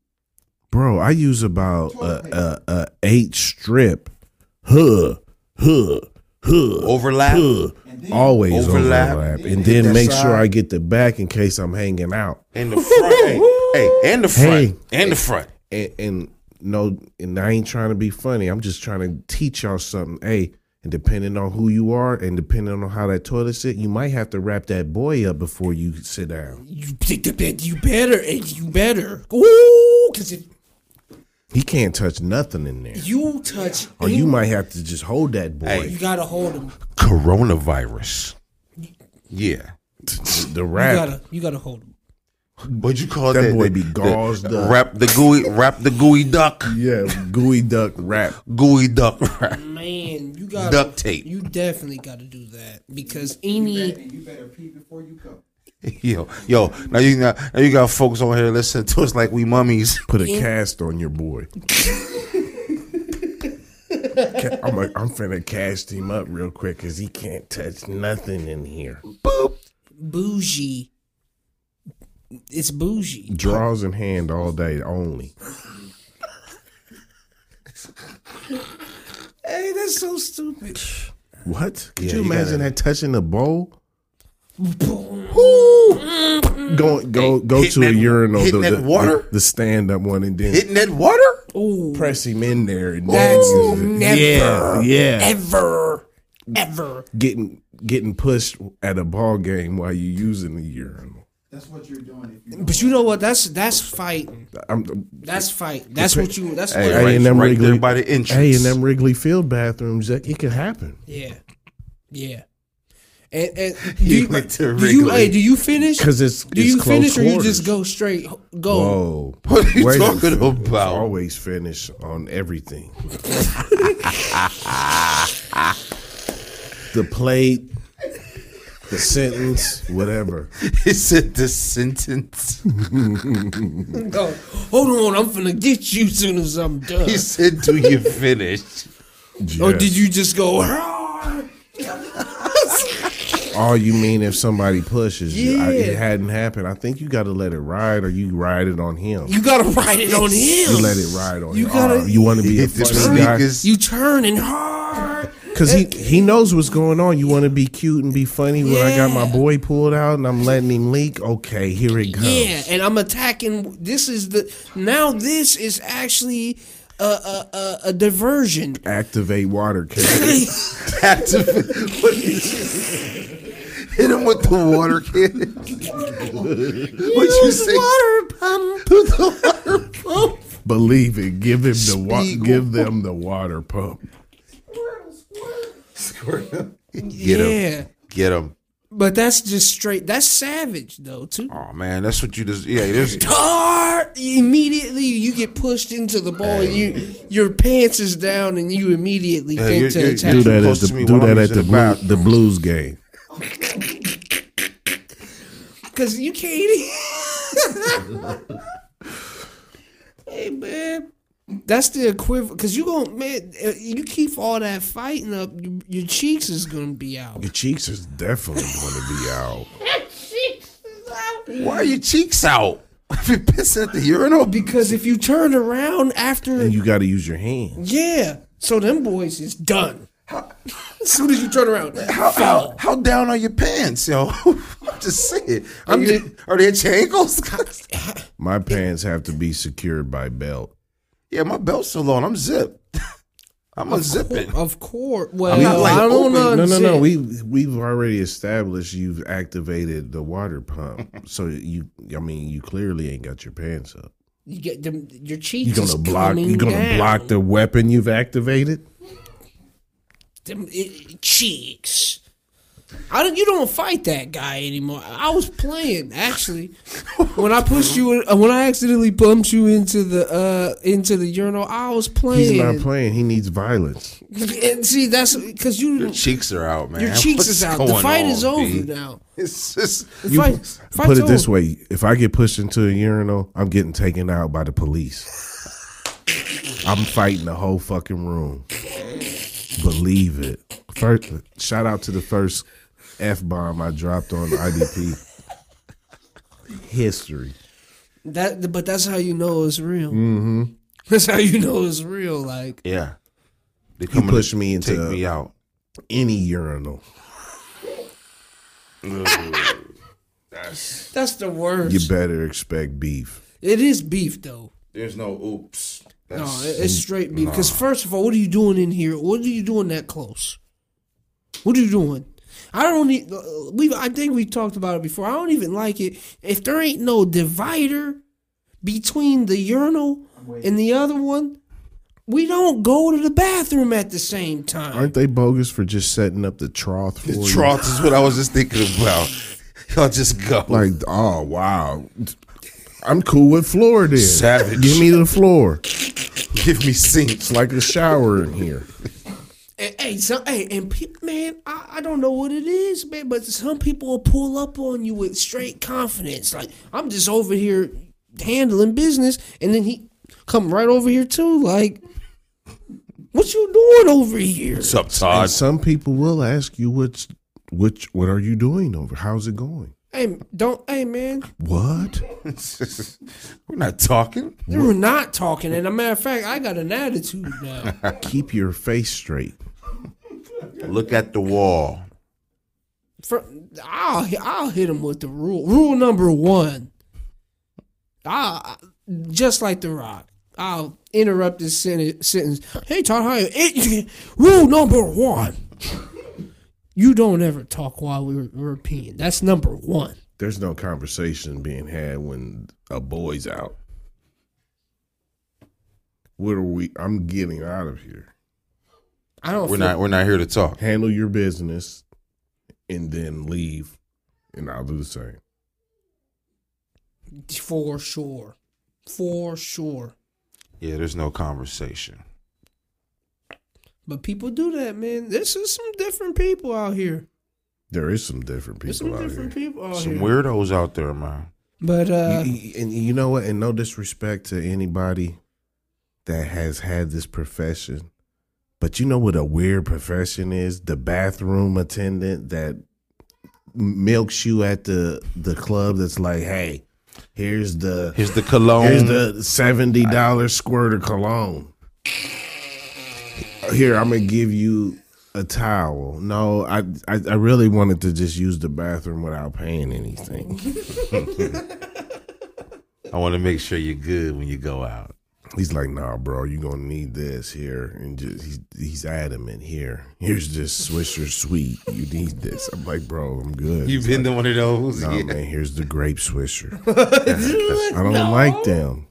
Speaker 1: bro. I use about a, a, a eight strip, huh, huh, huh,
Speaker 5: Overlap.
Speaker 1: huh. Always
Speaker 5: Overlap.
Speaker 1: overlap, and then
Speaker 5: that
Speaker 1: make sure
Speaker 5: side.
Speaker 1: I get the back in case I'm hanging out.
Speaker 5: And the front. hey, hey, and the front.
Speaker 1: Hey.
Speaker 5: And the front.
Speaker 1: and, and no, and I ain't trying to be funny. I'm just trying to teach y'all something. Hey, and depending on who you are, and depending on how that toilet sit, you might have to wrap that boy up before you sit down.
Speaker 3: You take the bed. You better. You better. Ooh, because if
Speaker 1: He can't touch nothing in there,
Speaker 3: you touch,
Speaker 1: or you might have to just hold that boy.
Speaker 5: Hey.
Speaker 3: you gotta hold him.
Speaker 5: Coronavirus. Yeah.
Speaker 1: <laughs> The
Speaker 3: You
Speaker 1: wrap.
Speaker 3: gotta. You gotta hold him.
Speaker 5: What'd you call
Speaker 1: That
Speaker 5: that?
Speaker 1: boy
Speaker 5: The-
Speaker 1: be
Speaker 5: the-
Speaker 1: gauzed up.
Speaker 5: Wrap the gooey wrap the gooey duck.
Speaker 1: Yeah, gooey duck wrap.
Speaker 5: Gooey duck <laughs> wrap.
Speaker 3: Man, you gotta
Speaker 5: Duct tape.
Speaker 3: You definitely gotta do that because any.
Speaker 4: And you better pee before you go.
Speaker 5: Yo, yo, now you got now you got folks on here listening to us like we mummies.
Speaker 1: Put a cast on your boy. Ca- I'm like, I'm finna cast him up real quick because he can't touch nothing in here.
Speaker 3: bougie. It's bougie.
Speaker 1: Draws in hand all day only.
Speaker 3: Hey, that's so stupid.
Speaker 1: What? Could
Speaker 5: Yeah,
Speaker 1: you
Speaker 5: you
Speaker 1: imagine
Speaker 5: gotta-
Speaker 1: that touching a bowl?
Speaker 3: Ooh.
Speaker 1: Go go go
Speaker 5: hitting
Speaker 1: to a
Speaker 5: that-
Speaker 1: urinal.
Speaker 5: hitting
Speaker 1: the,
Speaker 5: that
Speaker 1: the-
Speaker 5: water?
Speaker 1: The, stand up one and then
Speaker 5: Hitting that water?
Speaker 3: Ooh.
Speaker 1: press him in there. And
Speaker 3: That's
Speaker 1: then-
Speaker 3: Oh, never,
Speaker 1: yeah yeah.
Speaker 3: ever, ever.
Speaker 1: Getting getting pushed at a ball game while you using the urinal.
Speaker 4: That's what you're doing. If you don't
Speaker 3: But you know what? That's that's fighting.
Speaker 1: I'm,
Speaker 3: That's fight. That's what you. That's
Speaker 5: Hey,
Speaker 1: hey,
Speaker 3: what.
Speaker 5: right,
Speaker 1: and them
Speaker 5: right
Speaker 1: Wrigley-
Speaker 5: there by the entrance.
Speaker 1: hey,
Speaker 5: <laughs>
Speaker 1: in them Wrigley Field bathrooms, that, it could happen.
Speaker 3: Yeah, yeah. And,
Speaker 1: <laughs>
Speaker 3: and do
Speaker 5: You
Speaker 3: you,
Speaker 5: went to
Speaker 3: do you
Speaker 5: Wrigley.
Speaker 3: hey, do you finish?
Speaker 1: 'Cause it's-
Speaker 3: do
Speaker 1: it's
Speaker 3: you
Speaker 1: close
Speaker 3: finish or you
Speaker 1: quarters.
Speaker 3: just go straight? Go.
Speaker 1: Whoa,
Speaker 5: What are you
Speaker 1: Wait a
Speaker 5: talking
Speaker 1: minute. It's
Speaker 5: about?
Speaker 1: Always finish on
Speaker 5: <laughs>
Speaker 1: everything. the plate, the sentence, whatever.
Speaker 5: Is it the sentence?
Speaker 3: Go. Hold on, I'm finna get you soon as I'm done.
Speaker 5: He said, "Do
Speaker 3: <laughs>
Speaker 5: you finish?"
Speaker 3: Or
Speaker 5: Oh,
Speaker 1: Yes.
Speaker 3: did you just go? "Rawr"?
Speaker 1: All you mean if somebody pushes you? I,
Speaker 3: Yeah.
Speaker 1: it hadn't happened. I think you got to let it ride, or you ride it on him. You,
Speaker 3: You gotta ride it on him.
Speaker 1: let it ride on
Speaker 3: You
Speaker 1: him.
Speaker 3: gotta-
Speaker 1: Oh, you want to be a
Speaker 5: Hit the
Speaker 1: funny
Speaker 5: <laughs>
Speaker 1: guy
Speaker 5: sneakers.
Speaker 3: You turn and hard.
Speaker 1: because he he knows what's going on. You want to be cute and be funny. When I got my
Speaker 3: Yeah.
Speaker 1: boy pulled out and I'm letting him leak. Okay, here it comes.
Speaker 3: Yeah, and I'm attacking. This is the now. This is actually a a, a, a diversion.
Speaker 1: Activate water. Cat.
Speaker 5: Activate. What is-
Speaker 2: Hit him with the water
Speaker 3: <laughs>
Speaker 2: cannon. what you say?
Speaker 1: <laughs> Believe it. Give him the wa-
Speaker 2: Spiegel.
Speaker 1: give them the water pump.
Speaker 5: Get him.
Speaker 3: <laughs> yeah.
Speaker 5: Get him.
Speaker 3: But that's just straight. That's savage though too.
Speaker 5: Oh man, that's what you just. Yeah, there's
Speaker 3: Tar! Immediately you get pushed into the ball. and You your pants is down and you immediately
Speaker 5: Hey,
Speaker 3: think
Speaker 5: you-
Speaker 3: to
Speaker 5: you-
Speaker 3: attack.
Speaker 1: Do that
Speaker 5: Close
Speaker 1: at
Speaker 5: to
Speaker 1: the
Speaker 5: me
Speaker 1: do
Speaker 5: while I'm
Speaker 1: that
Speaker 5: using
Speaker 1: at the
Speaker 5: the
Speaker 1: blue,
Speaker 5: bathroom.
Speaker 1: the blues game.
Speaker 3: Cause you can't. e- <laughs> hey man, that's the equivalent. Cause you gon' man, uh, you keep all that fighting up, you, your cheeks is gonna be out.
Speaker 1: Your cheeks is definitely going to be out.
Speaker 5: Why are your cheeks out? <laughs> If you're pissing at the urinal,
Speaker 3: Because if you turn around after,
Speaker 1: And you got to use your hands.
Speaker 3: yeah, so them boys is done. <laughs> As soon as you turn around,
Speaker 5: how, how, how down are your pants, yo? <laughs> I'm just saying. I'm
Speaker 3: you-
Speaker 5: just, are they at your ankles? <laughs>
Speaker 1: My pants have to be secured by belt.
Speaker 5: yeah, my belt's so long. I'm zipped. I'm unzipping.
Speaker 3: of course. Well,
Speaker 5: I'm not, like,
Speaker 3: I don't
Speaker 5: open.
Speaker 3: know.
Speaker 1: No, no, no. We we've already established you've activated the water <laughs> pump. So you, I mean, you clearly ain't got your pants up.
Speaker 3: you get them, your cheeks.
Speaker 1: You gonna block? You gonna block the weapon you've activated?
Speaker 3: them i- cheeks. I don't. You don't fight that guy anymore. I was playing actually when I pushed you. In, uh, when I accidentally bumped you into the uh into the urinal, I was
Speaker 1: He's
Speaker 3: playing.
Speaker 1: not playing. He needs violence.
Speaker 3: <laughs> and see, that's because you.
Speaker 5: Your
Speaker 3: Your,
Speaker 5: cheeks are out, man.
Speaker 3: cheeks
Speaker 5: What's
Speaker 3: is out. The
Speaker 5: going
Speaker 3: fight is
Speaker 5: on,
Speaker 3: over
Speaker 5: B?
Speaker 3: now.
Speaker 5: <laughs> It's just.
Speaker 3: The
Speaker 1: You
Speaker 3: fight, fight's
Speaker 1: put it this
Speaker 3: over.
Speaker 1: way: if I get pushed into a urinal, I'm getting taken out by the police. I'm fighting the whole fucking room. Believe it. First, shout out to the first f bomb I dropped on IDP history.
Speaker 3: That, but that's how you know it's real. Mm-hmm. That's how you know it's real. Like
Speaker 5: Yeah. They
Speaker 1: You
Speaker 5: come in
Speaker 1: push
Speaker 5: to
Speaker 1: me
Speaker 5: take
Speaker 1: into
Speaker 5: me out.
Speaker 1: any urinal.
Speaker 3: that's the worst.
Speaker 1: You better expect beef.
Speaker 3: It is beef though.
Speaker 5: There's no oops.
Speaker 3: No, it- it's straight beef. Because first of all, what are you doing in here? What are you doing that close? What are you doing? I don't need. We I think we talked about it before. I don't even like it if there ain't no divider between the urinal and the other one. We don't go to the bathroom at the same time.
Speaker 1: Aren't they bogus for just setting up the trough for you?
Speaker 5: Troth is what I was just thinking about. Y'all just go.
Speaker 1: Like, oh wow, I'm cool with floor then.
Speaker 5: Savage.
Speaker 1: Give me the floor.
Speaker 5: give me sink.
Speaker 1: It's like a shower in here.
Speaker 3: And, hey, so, hey, and pe- man, I, I don't know what it is, man, but some people will pull up on you with straight confidence. Like I'm just over here handling business, and then he come right over here too. Like, what you doing over here?
Speaker 5: What's up, Todd?
Speaker 1: And some people will ask you what's which what are you doing over? How's it going?
Speaker 3: Hey, don't, hey, man,
Speaker 1: What?
Speaker 5: We're not talking.
Speaker 3: they were not talking. And a matter of fact, I got an attitude now.
Speaker 1: Keep your face straight.
Speaker 5: Look at the wall.
Speaker 3: For, I'll hi- I'll hit him with the rule. Rule number one. I I- just like the Rock. I'll interrupt this sen- sentence. Hey Todd, how you? It, <laughs> rule number one. You don't ever talk while we're, we're peeing. That's number one.
Speaker 1: There's no conversation being had when a boy's out. What are we I'm getting out of here.
Speaker 3: I don't.
Speaker 5: We're
Speaker 3: Feel,
Speaker 5: not. We're not here to talk.
Speaker 1: Handle your business and then leave and I'll do the same.
Speaker 3: for sure. For sure.
Speaker 5: Yeah, there's no conversation.
Speaker 3: But people do that, man. This is some different people out here.
Speaker 1: There is some different people
Speaker 3: There's some
Speaker 1: out
Speaker 3: different
Speaker 1: here.
Speaker 3: people out
Speaker 5: Some
Speaker 3: here.
Speaker 5: weirdos out there, man.
Speaker 3: But uh,
Speaker 1: You- you- and you know what? And no disrespect to anybody that has had this profession, but you know what a weird profession is? The bathroom attendant that milks you at the the club. That's like, hey, here's the
Speaker 5: Here's the cologne.
Speaker 1: here's the seventy dollar squirt of cologne. Here, I'm gonna give you a towel. No, I, I I really wanted to just use the bathroom without paying anything.
Speaker 5: I want to make sure you're good when you go out.
Speaker 1: He's like, nah, bro, you gonna need this here, and just he's he's adamant here. Here's this Swisher sweet. You need this. I'm like, bro, I'm good.
Speaker 5: You've been to one of those.
Speaker 1: Nah,
Speaker 5: yeah.
Speaker 1: man, here's the grape Swisher. I
Speaker 3: I
Speaker 5: <laughs>
Speaker 1: don't like them.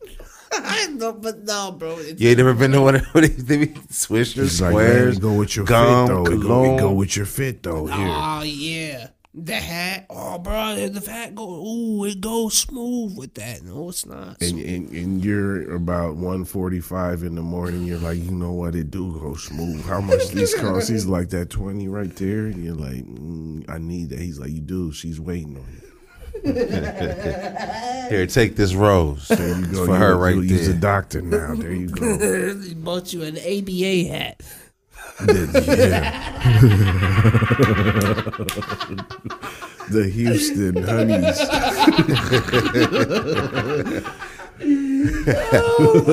Speaker 3: no, but no, bro. It's,
Speaker 5: You ain't never been to one of <laughs> those. They be Swishers,
Speaker 1: He's like, man,
Speaker 5: squares.
Speaker 1: it go with your
Speaker 5: gum,
Speaker 1: fit though. It go,
Speaker 5: cologne.
Speaker 1: it go with your fit though. Here,
Speaker 3: Oh yeah, the hat. Oh, bro, the hat go. Ooh, it goes smooth with that. No, it's not. <laughs>
Speaker 1: and, and and you're about 1:45 in the morning. You're like, you know what? It do go smooth. How much these cost? He's like that 20 right there, and you're like, mm, I need that. He's like, you do. She's waiting on you.
Speaker 5: Here, take this rose.
Speaker 1: There you go.
Speaker 5: for
Speaker 1: You-
Speaker 5: her
Speaker 1: you-
Speaker 5: right
Speaker 1: He's a
Speaker 5: there.
Speaker 1: doctor now. There
Speaker 5: <laughs>
Speaker 1: you go.
Speaker 3: he bought you an ABA hat.
Speaker 1: yeah. <laughs>
Speaker 3: <laughs>
Speaker 1: the Houston honeys.
Speaker 3: Oh,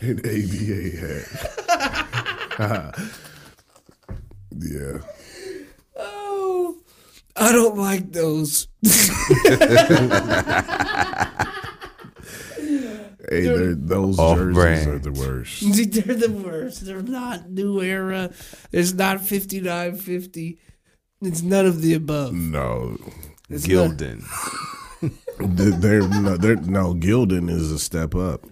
Speaker 1: An ABA hat. <laughs> yeah.
Speaker 3: Oh, I don't like those. <laughs>
Speaker 1: Hey, they're- those jerseys
Speaker 5: Off-brand.
Speaker 1: are the worst.
Speaker 3: They're the worst. They're not new era. It's not fifty nine fifty. It's none of the above.
Speaker 1: No,
Speaker 3: It's not-
Speaker 5: Gildan.
Speaker 1: Th- they're no, they're no. Gildan is a step up.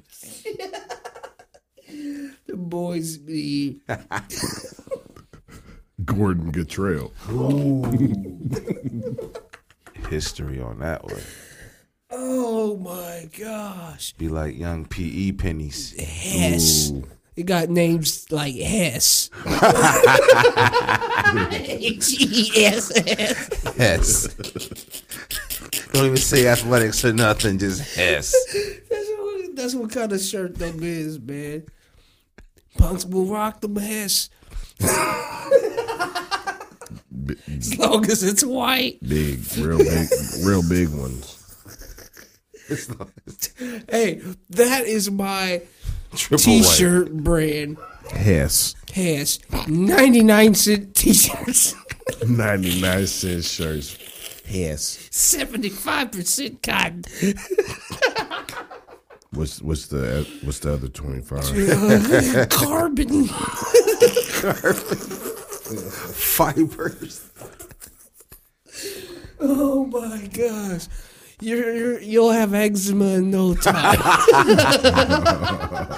Speaker 3: the boys be
Speaker 1: Gordon Gattrell.
Speaker 5: History on that one.
Speaker 3: Oh my gosh.
Speaker 5: Be like young PE pennies.
Speaker 3: Hess. It got names
Speaker 5: <laughs>
Speaker 3: like Hess. E H-E-S-S.
Speaker 5: Hess. Don't even say athletics or nothing. Just Hess.
Speaker 3: That's what, that's what kind of shirt them is, man. Punks will rock
Speaker 5: <laughs>
Speaker 3: them Hess. as long as it's white.
Speaker 1: Big, real big, real big ones.
Speaker 3: Hey, that is my
Speaker 5: Triple
Speaker 3: t
Speaker 5: white.
Speaker 3: shirt brand.
Speaker 1: Hess,
Speaker 3: Hess. 99 cent t shirts.
Speaker 1: ninety nine cent shirts. Hess.
Speaker 5: <laughs>
Speaker 3: 75% cotton.
Speaker 1: What's what's the what's the other twenty five?
Speaker 3: Carbon.
Speaker 5: Fibers.
Speaker 3: Oh my gosh. You're, you're, you'll have eczema in no time. <laughs>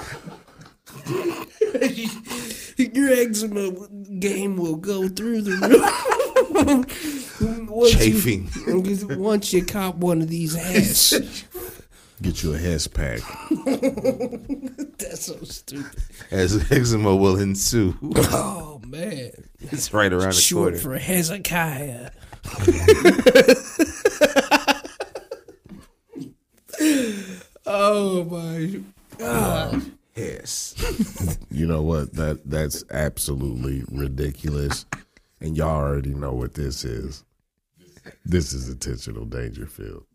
Speaker 3: Your eczema game will go through the roof. Once
Speaker 5: Chafing.
Speaker 3: You, once you cop one of these hats.
Speaker 1: Get you a Hess pack.
Speaker 3: That's so stupid.
Speaker 5: As eczema will ensue. <laughs>
Speaker 3: Oh man.
Speaker 5: It's right around the
Speaker 3: Short
Speaker 5: corner.
Speaker 3: for Hezekiah. <laughs> oh my
Speaker 5: Hess.
Speaker 1: You know what? That that's absolutely ridiculous. And y'all already know what this is. This is intentional Dangerfield.